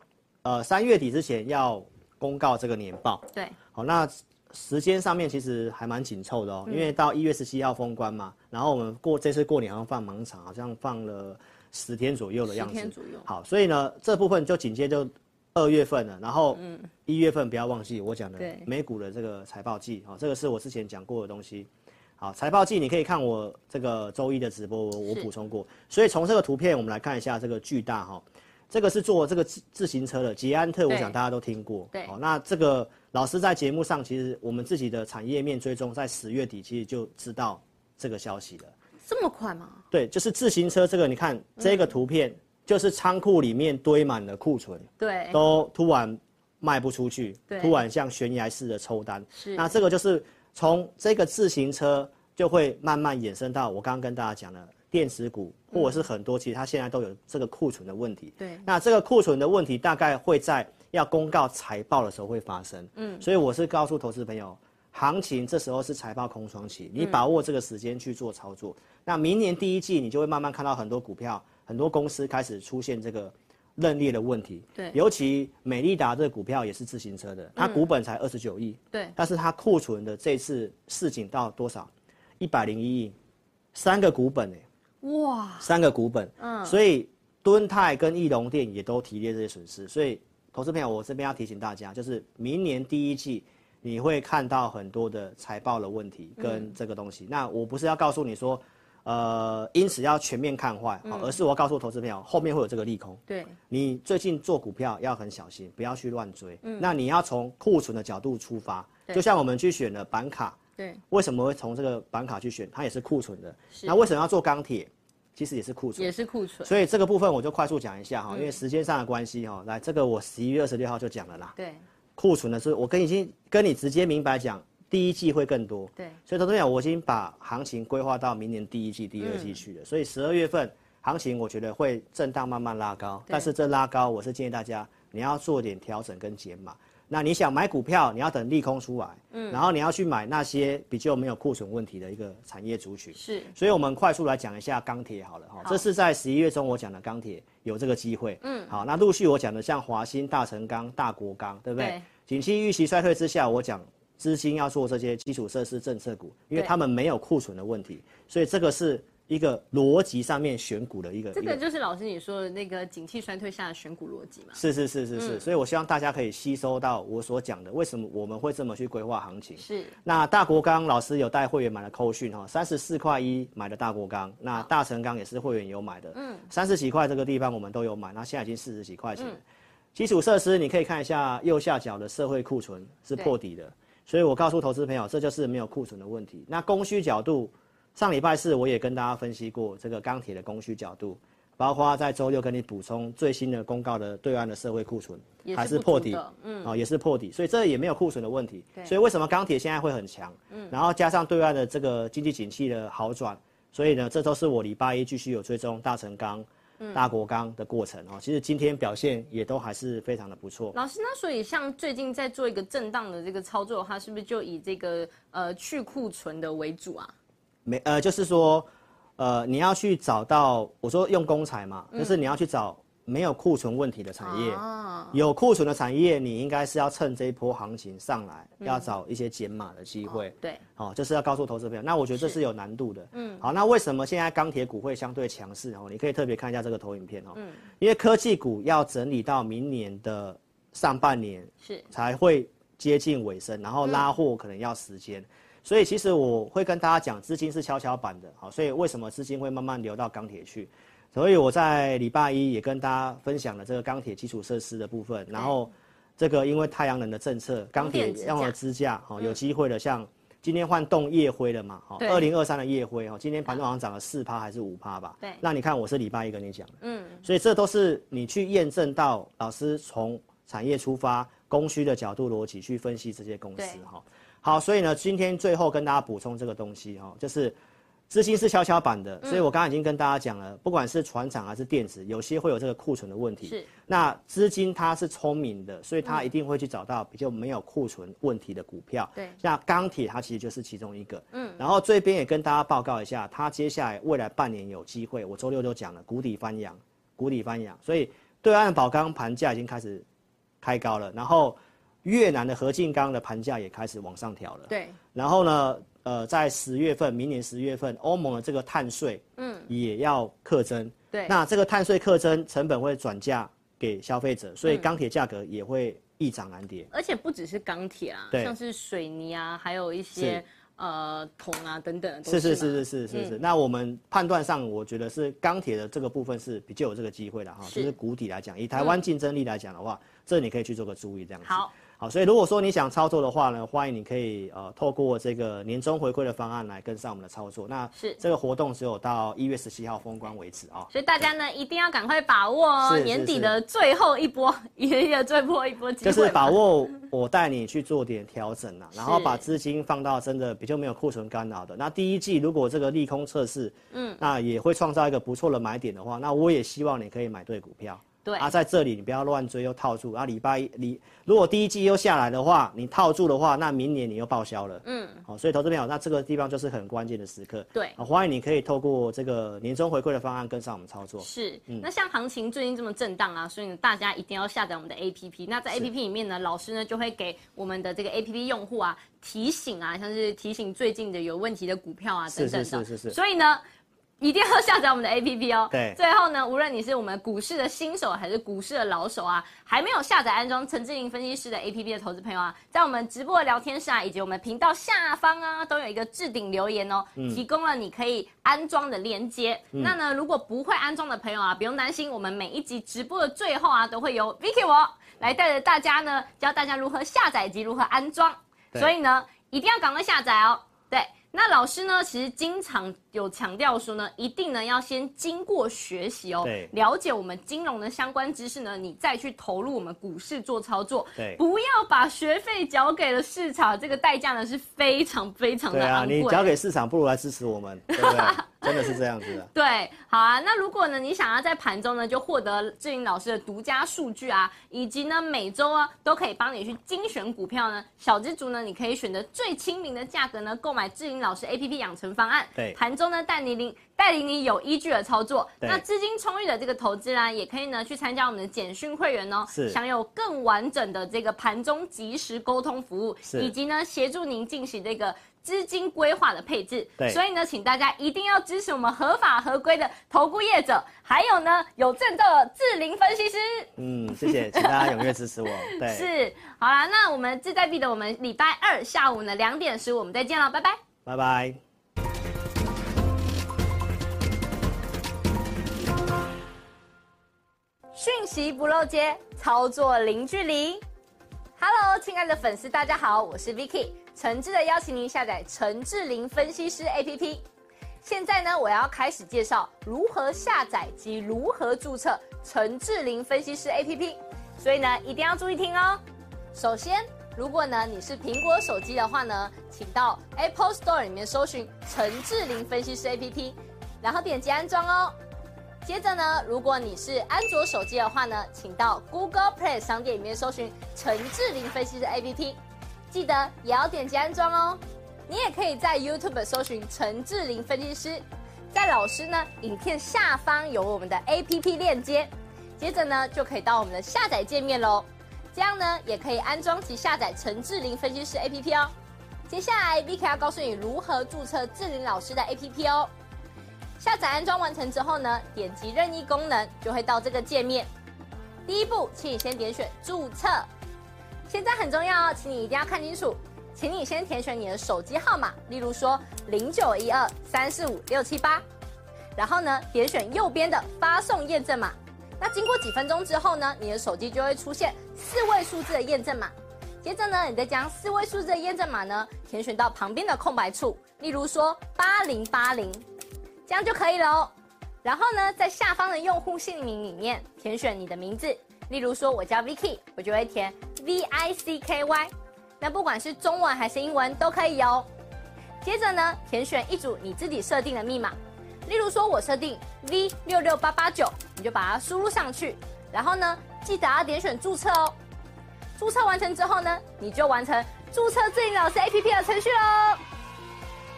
Speaker 3: 呃三月底之前要公告这个年报，
Speaker 2: 对，
Speaker 3: 好，那时间上面其实还蛮紧凑的
Speaker 2: 嗯
Speaker 3: 哦，因为到一月十七号封关嘛，然后我们过这次过年好像放盲场，好像放了十天左右的样
Speaker 2: 十
Speaker 3: 子。
Speaker 2: 天左右。
Speaker 3: 好，所以呢，这部分就紧接就二月份了，然后一月份不要忘记我讲的
Speaker 2: 嗯对
Speaker 3: 美股的这个财报季啊、哦，这个是我之前讲过的东西。好，财报季你可以看我这个周一的直播，我我
Speaker 2: 是
Speaker 3: 补充过。所以从这个图片我们来看一下这个巨大哈、这个是做这个自自行车的捷安特，我
Speaker 2: 对
Speaker 3: 想大家都听过。
Speaker 2: 对
Speaker 3: 哦，那这个老师在节目上其实我们自己的产业面追踪，在十月底其实就知道这个消息了。
Speaker 2: 这么快吗？
Speaker 3: 对，就是自行车这个，你看这个
Speaker 2: 嗯
Speaker 3: 图片，就是仓库里面堆满了库存，
Speaker 2: 对，
Speaker 3: 都突然卖不出去
Speaker 2: 对，
Speaker 3: 突然像悬崖式的抽单。
Speaker 2: 是
Speaker 3: 那这个就是从这个自行车就会慢慢衍生到我刚刚跟大家讲的电子股，或者是很多其实它现在都有这个库存的问题。
Speaker 2: 嗯对
Speaker 3: 那这个库存的问题大概会在要公告财报的时候会发生。嗯，所以我是告诉投资朋友，行情这时候是财报空窗期，你把握这个时间去做操作。那明年第一季你就会慢慢看到很多股票、很多公司开始出现这个认列的问题。
Speaker 2: 对嗯
Speaker 3: 尤其美利达这个股票也是自行车的，它股本才二十九亿，
Speaker 2: 对，
Speaker 3: 但是它库存的这次市井到多少？一百零一亿，三个股本哎、
Speaker 2: 哇，
Speaker 3: 三个股本，嗯，所以敦泰跟翼龙店也都提列这些损失，所以投资朋友，我这边要提醒大家，就是明年第一季你会看到很多的财报的问
Speaker 2: 嗯
Speaker 3: 题跟这个东西。那我不是要告诉你说，呃，因此要全面看坏，
Speaker 2: 嗯
Speaker 3: 好而是我要告诉投资朋友，后面会有这个利空。
Speaker 2: 对，
Speaker 3: 你最近做股票要很小心，不要去乱追。
Speaker 2: 嗯
Speaker 3: 那你要从库存的角度出发，就像我们去选了板卡，
Speaker 2: 对，
Speaker 3: 为什么会从这个板卡去选？它也是库存的。那为什么要做钢铁？其实也是库存。
Speaker 2: 也是嗯库存。
Speaker 3: 所以这个部分我就快速讲一下哈，因为时间上的关系哈，来这个我十一月二十六号就讲了啦。
Speaker 2: 对
Speaker 3: 库存的是我跟已经跟你直接明白讲，第一季会更多。
Speaker 2: 对，
Speaker 3: 所以投资朋友，我已经把行情规划到明年第一季、第二季去了，所以十二月份行情我觉得会震荡慢慢拉高，但是这拉高我是建议大家你要做点调整跟减码。那你想买股票，你要等利空出来，嗯，然后你要去买那些比较没有库存问题的一个产业族群。
Speaker 2: 是
Speaker 3: 所以我们快速来讲一下钢铁好了哈，这是在十一月中我讲的钢铁有这个机会，嗯，好，那陆续我讲的像华兴、大成钢、大国钢，对不对？
Speaker 2: 对
Speaker 3: 景气预期衰退之下，我讲资金要做这些基础设施政策股，因为
Speaker 2: 对
Speaker 3: 他们没有库存的问题，所以这个是一个逻辑上面选股的一个
Speaker 2: 这个
Speaker 3: 一个。
Speaker 2: 就是老师你说的那个景气衰退下的选股逻辑嘛？
Speaker 3: 是是是是是，所以我希望大家可以吸收到我所讲的，为什么我们会这么去规划行情。
Speaker 2: 是
Speaker 3: 那大国钢老师有带会员买了扣讯哈，哦三十四块一买的大国钢，那大成钢也是会员有买的，嗯，三十几块这个地方我们都有买，那现在已经四十几块钱了。基础设施你可以看一下右下角的社会库存是破底的，所以我告诉投资朋友，这就是没有库存的问题。那供需角度，上礼拜四我也跟大家分析过这个钢铁的供需角度。包括在周六跟你补充最新的公告的对岸的社会库存
Speaker 2: 也是
Speaker 3: 还是
Speaker 2: 不
Speaker 3: 破
Speaker 2: 足
Speaker 3: 底
Speaker 2: 的，
Speaker 3: 嗯，哦也是破底，所以这也没有库存的问题。所以为什么钢铁现在会很强？嗯，然后加上对岸的这个经济景气的好转，所以呢，这都是我礼拜一继续有追踪大成钢、大国钢的过程哦。其实今天表现也都还是非常的不错。
Speaker 2: 老师，那所以像最近在做一个震荡的这个操作的话，是不是就以这个呃去库存的为主啊？
Speaker 3: 没呃，就是说，呃，你要去找到我说用公材嘛，就是你要去找没有库存问题的产业。
Speaker 2: 啊，
Speaker 3: 有库存的产业，你应该是要趁这一波行情上来，要找一些减码的机会。
Speaker 2: 对，
Speaker 3: 哦，这是要告诉投资朋友。那我觉得这是有难度的。嗯，好，那为什么现在钢铁股会相对强势？哦，你可以特别看一下这个投影片哦。嗯，因为科技股要整理到明年的上半年
Speaker 2: 是
Speaker 3: 才会接近尾声，然后拉货可能要时间。所以其实我会跟大家讲，资金是跷跷板的，好，所以为什么资金会慢慢流到钢铁去？所以我在礼拜一也跟大家分享了这个钢铁基础设施的部分，然后这个因为太阳能的政策，钢铁用了支架，哦，有机会的，像今天换动夜辉了嘛，哦，
Speaker 2: 对
Speaker 3: 二零二三的夜辉，哦，今天盘中好像涨了四趴还是五趴吧？
Speaker 2: 对
Speaker 3: 那你看我是礼拜一跟你讲的，嗯，所以这都是你去验证到老师从产业出发、供需的角度逻辑去分析这些公司
Speaker 2: 对
Speaker 3: 哈。好，所以呢，今天最后跟大家补充这个东西哈，就是资金是跷跷板的，
Speaker 2: 嗯
Speaker 3: 所以我刚刚已经跟大家讲了，不管是船厂还是电子，有些会有这个库存的问题。
Speaker 2: 是，
Speaker 3: 那资金它是聪明的，所以它一定会去找到比较没有库存问题的股票。
Speaker 2: 对
Speaker 3: 像钢铁它其实就是其中一个。嗯，然后这边也跟大家报告一下，它接下来未来半年有机会，我周六就讲了，谷底翻扬，谷底翻扬，所以对岸的宝钢盘价已经开始开高了，然后越南的合金钢的盘价也开始往上调了。
Speaker 2: 对，
Speaker 3: 然后呢，呃，在十月份，明年十月份，欧盟的这个碳税，嗯，也要课征。
Speaker 2: 对
Speaker 3: 那这个碳税课征成本会转嫁给消费者，
Speaker 2: 嗯
Speaker 3: 所以钢铁价格也会易涨难跌。
Speaker 2: 而且不只是钢铁啊，
Speaker 3: 对
Speaker 2: 像是水泥啊，还有一些
Speaker 3: 是
Speaker 2: 呃铜啊等等的东西
Speaker 3: 是
Speaker 2: 嘛。
Speaker 3: 是是是是
Speaker 2: 嗯
Speaker 3: 是是，那我们判断上，我觉得是钢铁的这个部分是比较有这个机会的哈，
Speaker 2: 是嗯
Speaker 3: 就是谷底来讲，以台湾竞争力来讲的话，这你可以去做个注意这样子。
Speaker 2: 好，
Speaker 3: 好，所以如果说你想操作的话呢，欢迎你可以呃透过这个年终回馈的方案来跟上我们的操作。那
Speaker 2: 是
Speaker 3: 这个活动只有到一月十七号封关为止啊、
Speaker 2: 所以大家呢一定要赶快把握哦，
Speaker 3: 是是
Speaker 2: 年底
Speaker 3: 是
Speaker 2: 的最后一波，爷爷最后一波机
Speaker 3: 就
Speaker 2: 会嘛，
Speaker 3: 是把握我带你去做点调 整啊，然后
Speaker 2: 是
Speaker 3: 把资金放到真的比较没有库存干扰的。那第一季如果这个利空测试，嗯，那也会创造一个不错的买点的话，那我也希望你可以买对股票。
Speaker 2: 对
Speaker 3: 啊，在这里你不要乱追又套住啊！礼拜一，你如果第一季又下来的话，你套住的话，那明年你又报销了。嗯，好、所以投资朋友，那这个地方就是很关键的时刻。
Speaker 2: 对
Speaker 3: 啊欢迎你可以透过这个年终回馈的方案跟上我们操作。
Speaker 2: 是，
Speaker 3: 嗯
Speaker 2: 那像行情最近这么震荡啊，所以呢，大家一定要下载我们的 APP。那在 APP 里面呢，老师呢就会给我们的这个 APP 用户啊提醒啊，像是提醒最近的有问题的股票啊等
Speaker 3: 是
Speaker 2: 等的。
Speaker 3: 是是是是
Speaker 2: 所以呢。一定要下载我们的 APP 哦。
Speaker 3: 对
Speaker 2: 最后呢，无论你是我们股市的新手还是股市的老手啊，还没有下载安装陈志玲分析师的 APP 的投资朋友啊，在我们直播的聊天室啊，以及我们频道下方啊，都有一个置顶留言哦，
Speaker 3: 嗯
Speaker 2: 提供了你可以安装的链接。那呢，如果不会安装的朋友啊，不用担心，我们每一集直播的最后啊，都会由 Vicky 我来带着大家呢，教大家如何下载以及如何安装。
Speaker 3: 对
Speaker 2: 所以呢，一定要赶快下载哦。对，那老师呢，其实经常有强调说呢，一定呢要先经过学习哦
Speaker 3: 对，
Speaker 2: 了解我们金融的相关知识呢，你再去投入我们股市做操作。
Speaker 3: 对
Speaker 2: 不要把学费缴给了市场，这个代价呢是非常非常
Speaker 3: 对
Speaker 2: 的
Speaker 3: 啊，
Speaker 2: 昂贵。
Speaker 3: 你交给市场，不如来支持我们，对不对？ 真的是这样子的。
Speaker 2: 对，好啊。那如果呢，你想要在盘中呢就获得志玲老师的独家数据啊，以及呢每周啊都可以帮你去精选股票呢，小资族呢你可以选择最亲民的价格呢购买志玲老师 APP 养成方案。
Speaker 3: 对
Speaker 2: 盘中呢带你领带领你有依据的操作。
Speaker 3: 对
Speaker 2: 那资金充裕的这个投资啊，也可以呢去参加我们的简讯会员哦，
Speaker 3: 是
Speaker 2: 享有更完整的这个盘中即时沟通服务，
Speaker 3: 是
Speaker 2: 以及呢协助您进行这个。资金规划的配置，
Speaker 3: 对
Speaker 2: 所以呢，请大家一定要支持我们合法合规的投顾业者，还有呢有证照的智林分析师。
Speaker 3: 嗯，谢谢，请大家踊跃支持我。对，
Speaker 2: 是，好啦，那我们志在必得，我们礼拜二下午呢两点十五我们再见了，拜拜。
Speaker 3: 拜拜。
Speaker 2: 讯息不漏接，操作零距离。Hello，亲爱的粉丝，大家好，我是 Vicky，诚挚的邀请您下载陈志玲分析师 APP。现在呢，我要开始介绍如何下载及如何注册陈志玲分析师 APP，所以呢，一定要注意听哦。首先，如果呢你是苹果手机的话呢，请到 Apple Store 里面搜寻陈志玲分析师 APP，然后点击安装哦。接着呢，如果你是安卓手机的话呢，请到 Google Play 商店里面搜寻陈志玲分析师 APP，记得也要点击安装哦。你也可以在 YouTube 搜寻陈志玲分析师，在老师呢影片下方有我们的 APP 链接，接着呢就可以到我们的下载界面喽。这样呢也可以安装及下载陈志玲分析师 APP 哦。接下来 Vicky 要告诉你如何注册志玲老师的 APP 哦。下载安装完成之后呢，点击任意功能就会到这个界面。第一步，请你先点选注册。现在很重要哦，请你一定要看清楚，请你先填选你的手机号码，例如说零九一二三四五六七八，然后呢点选右边的发送验证码。那经过几分钟之后呢，你的手机就会出现四位数字的验证码。接着呢，你再将四位数字的验证码呢填选到旁边的空白处，例如说八零八零，这样就可以了哦。然后呢，在下方的用户姓名里面填选你的名字，例如说我叫 Vicky，我就会填 V I C K Y。那不管是中文还是英文都可以哦。接着呢，填选一组你自己设定的密码，例如说我设定 V 六六八八九，你就把它输入上去。然后呢，记得要点选注册哦。注册完成之后呢，你就完成注册自己老师 APP 的程序喽。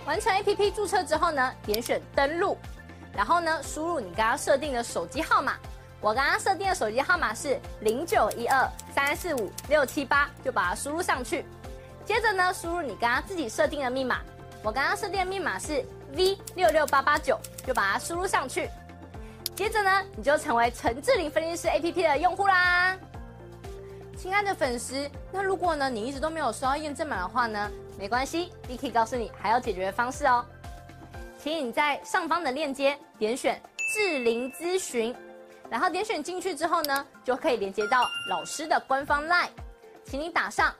Speaker 2: 完成 APP 注册之后呢，点选登录，然后呢，输入你刚刚设定的手机号码。我刚刚设定的手机号码是零九一二三四五六七八，就把它输入上去。接着呢，输入你刚刚自己设定的密码。我刚刚设定的密码是 V 六六八八九，就把它输入上去。接着呢，你就成为陈志玲分析师 APP 的用户啦。亲爱的粉丝，那如果呢你一直都没有收到验证码的话呢，没关系，Vicky 告诉你还有解决的方式哦。请你在上方的链接点选智灵咨询，然后点选进去之后呢，就可以连接到老师的官方 LINE，请你打上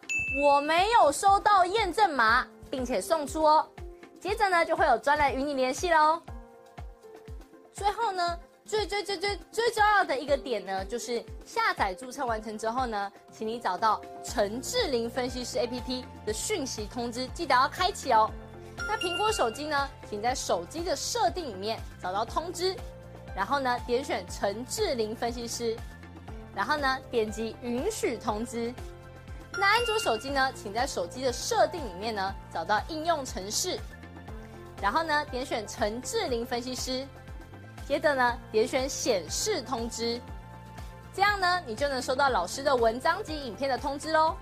Speaker 2: 我没有收到验证码，并且送出哦。接着呢，就会有专人与你联系喽。最后呢，最最最最最重要的一个点呢，就是下载注册完成之后呢，请你找到陈志玲分析师 APP 的讯息通知，记得要开启哦。那苹果手机呢，请在手机的设定里面找到通知，然后呢点选陈志玲分析师，然后呢点击允许通知。那安卓手机呢，请在手机的设定里面呢找到应用程式，然后呢点选陈志玲分析师，接着呢，点选显示通知，这样呢，你就能收到老师的文章及影片的通知喽。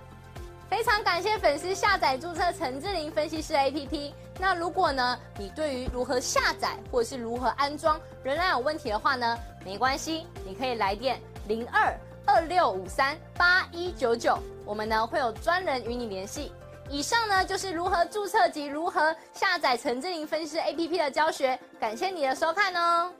Speaker 2: 非常感谢粉丝下载注册陈志玲分析师 APP。那如果呢，你对于如何下载或是如何安装仍然有问题的话呢，没关系，你可以来电零二二六五三八一九九，我们呢会有专人与你联系。以上呢就是如何注册及如何下载陈志玲分析师 APP 的教学，感谢你的收看哦。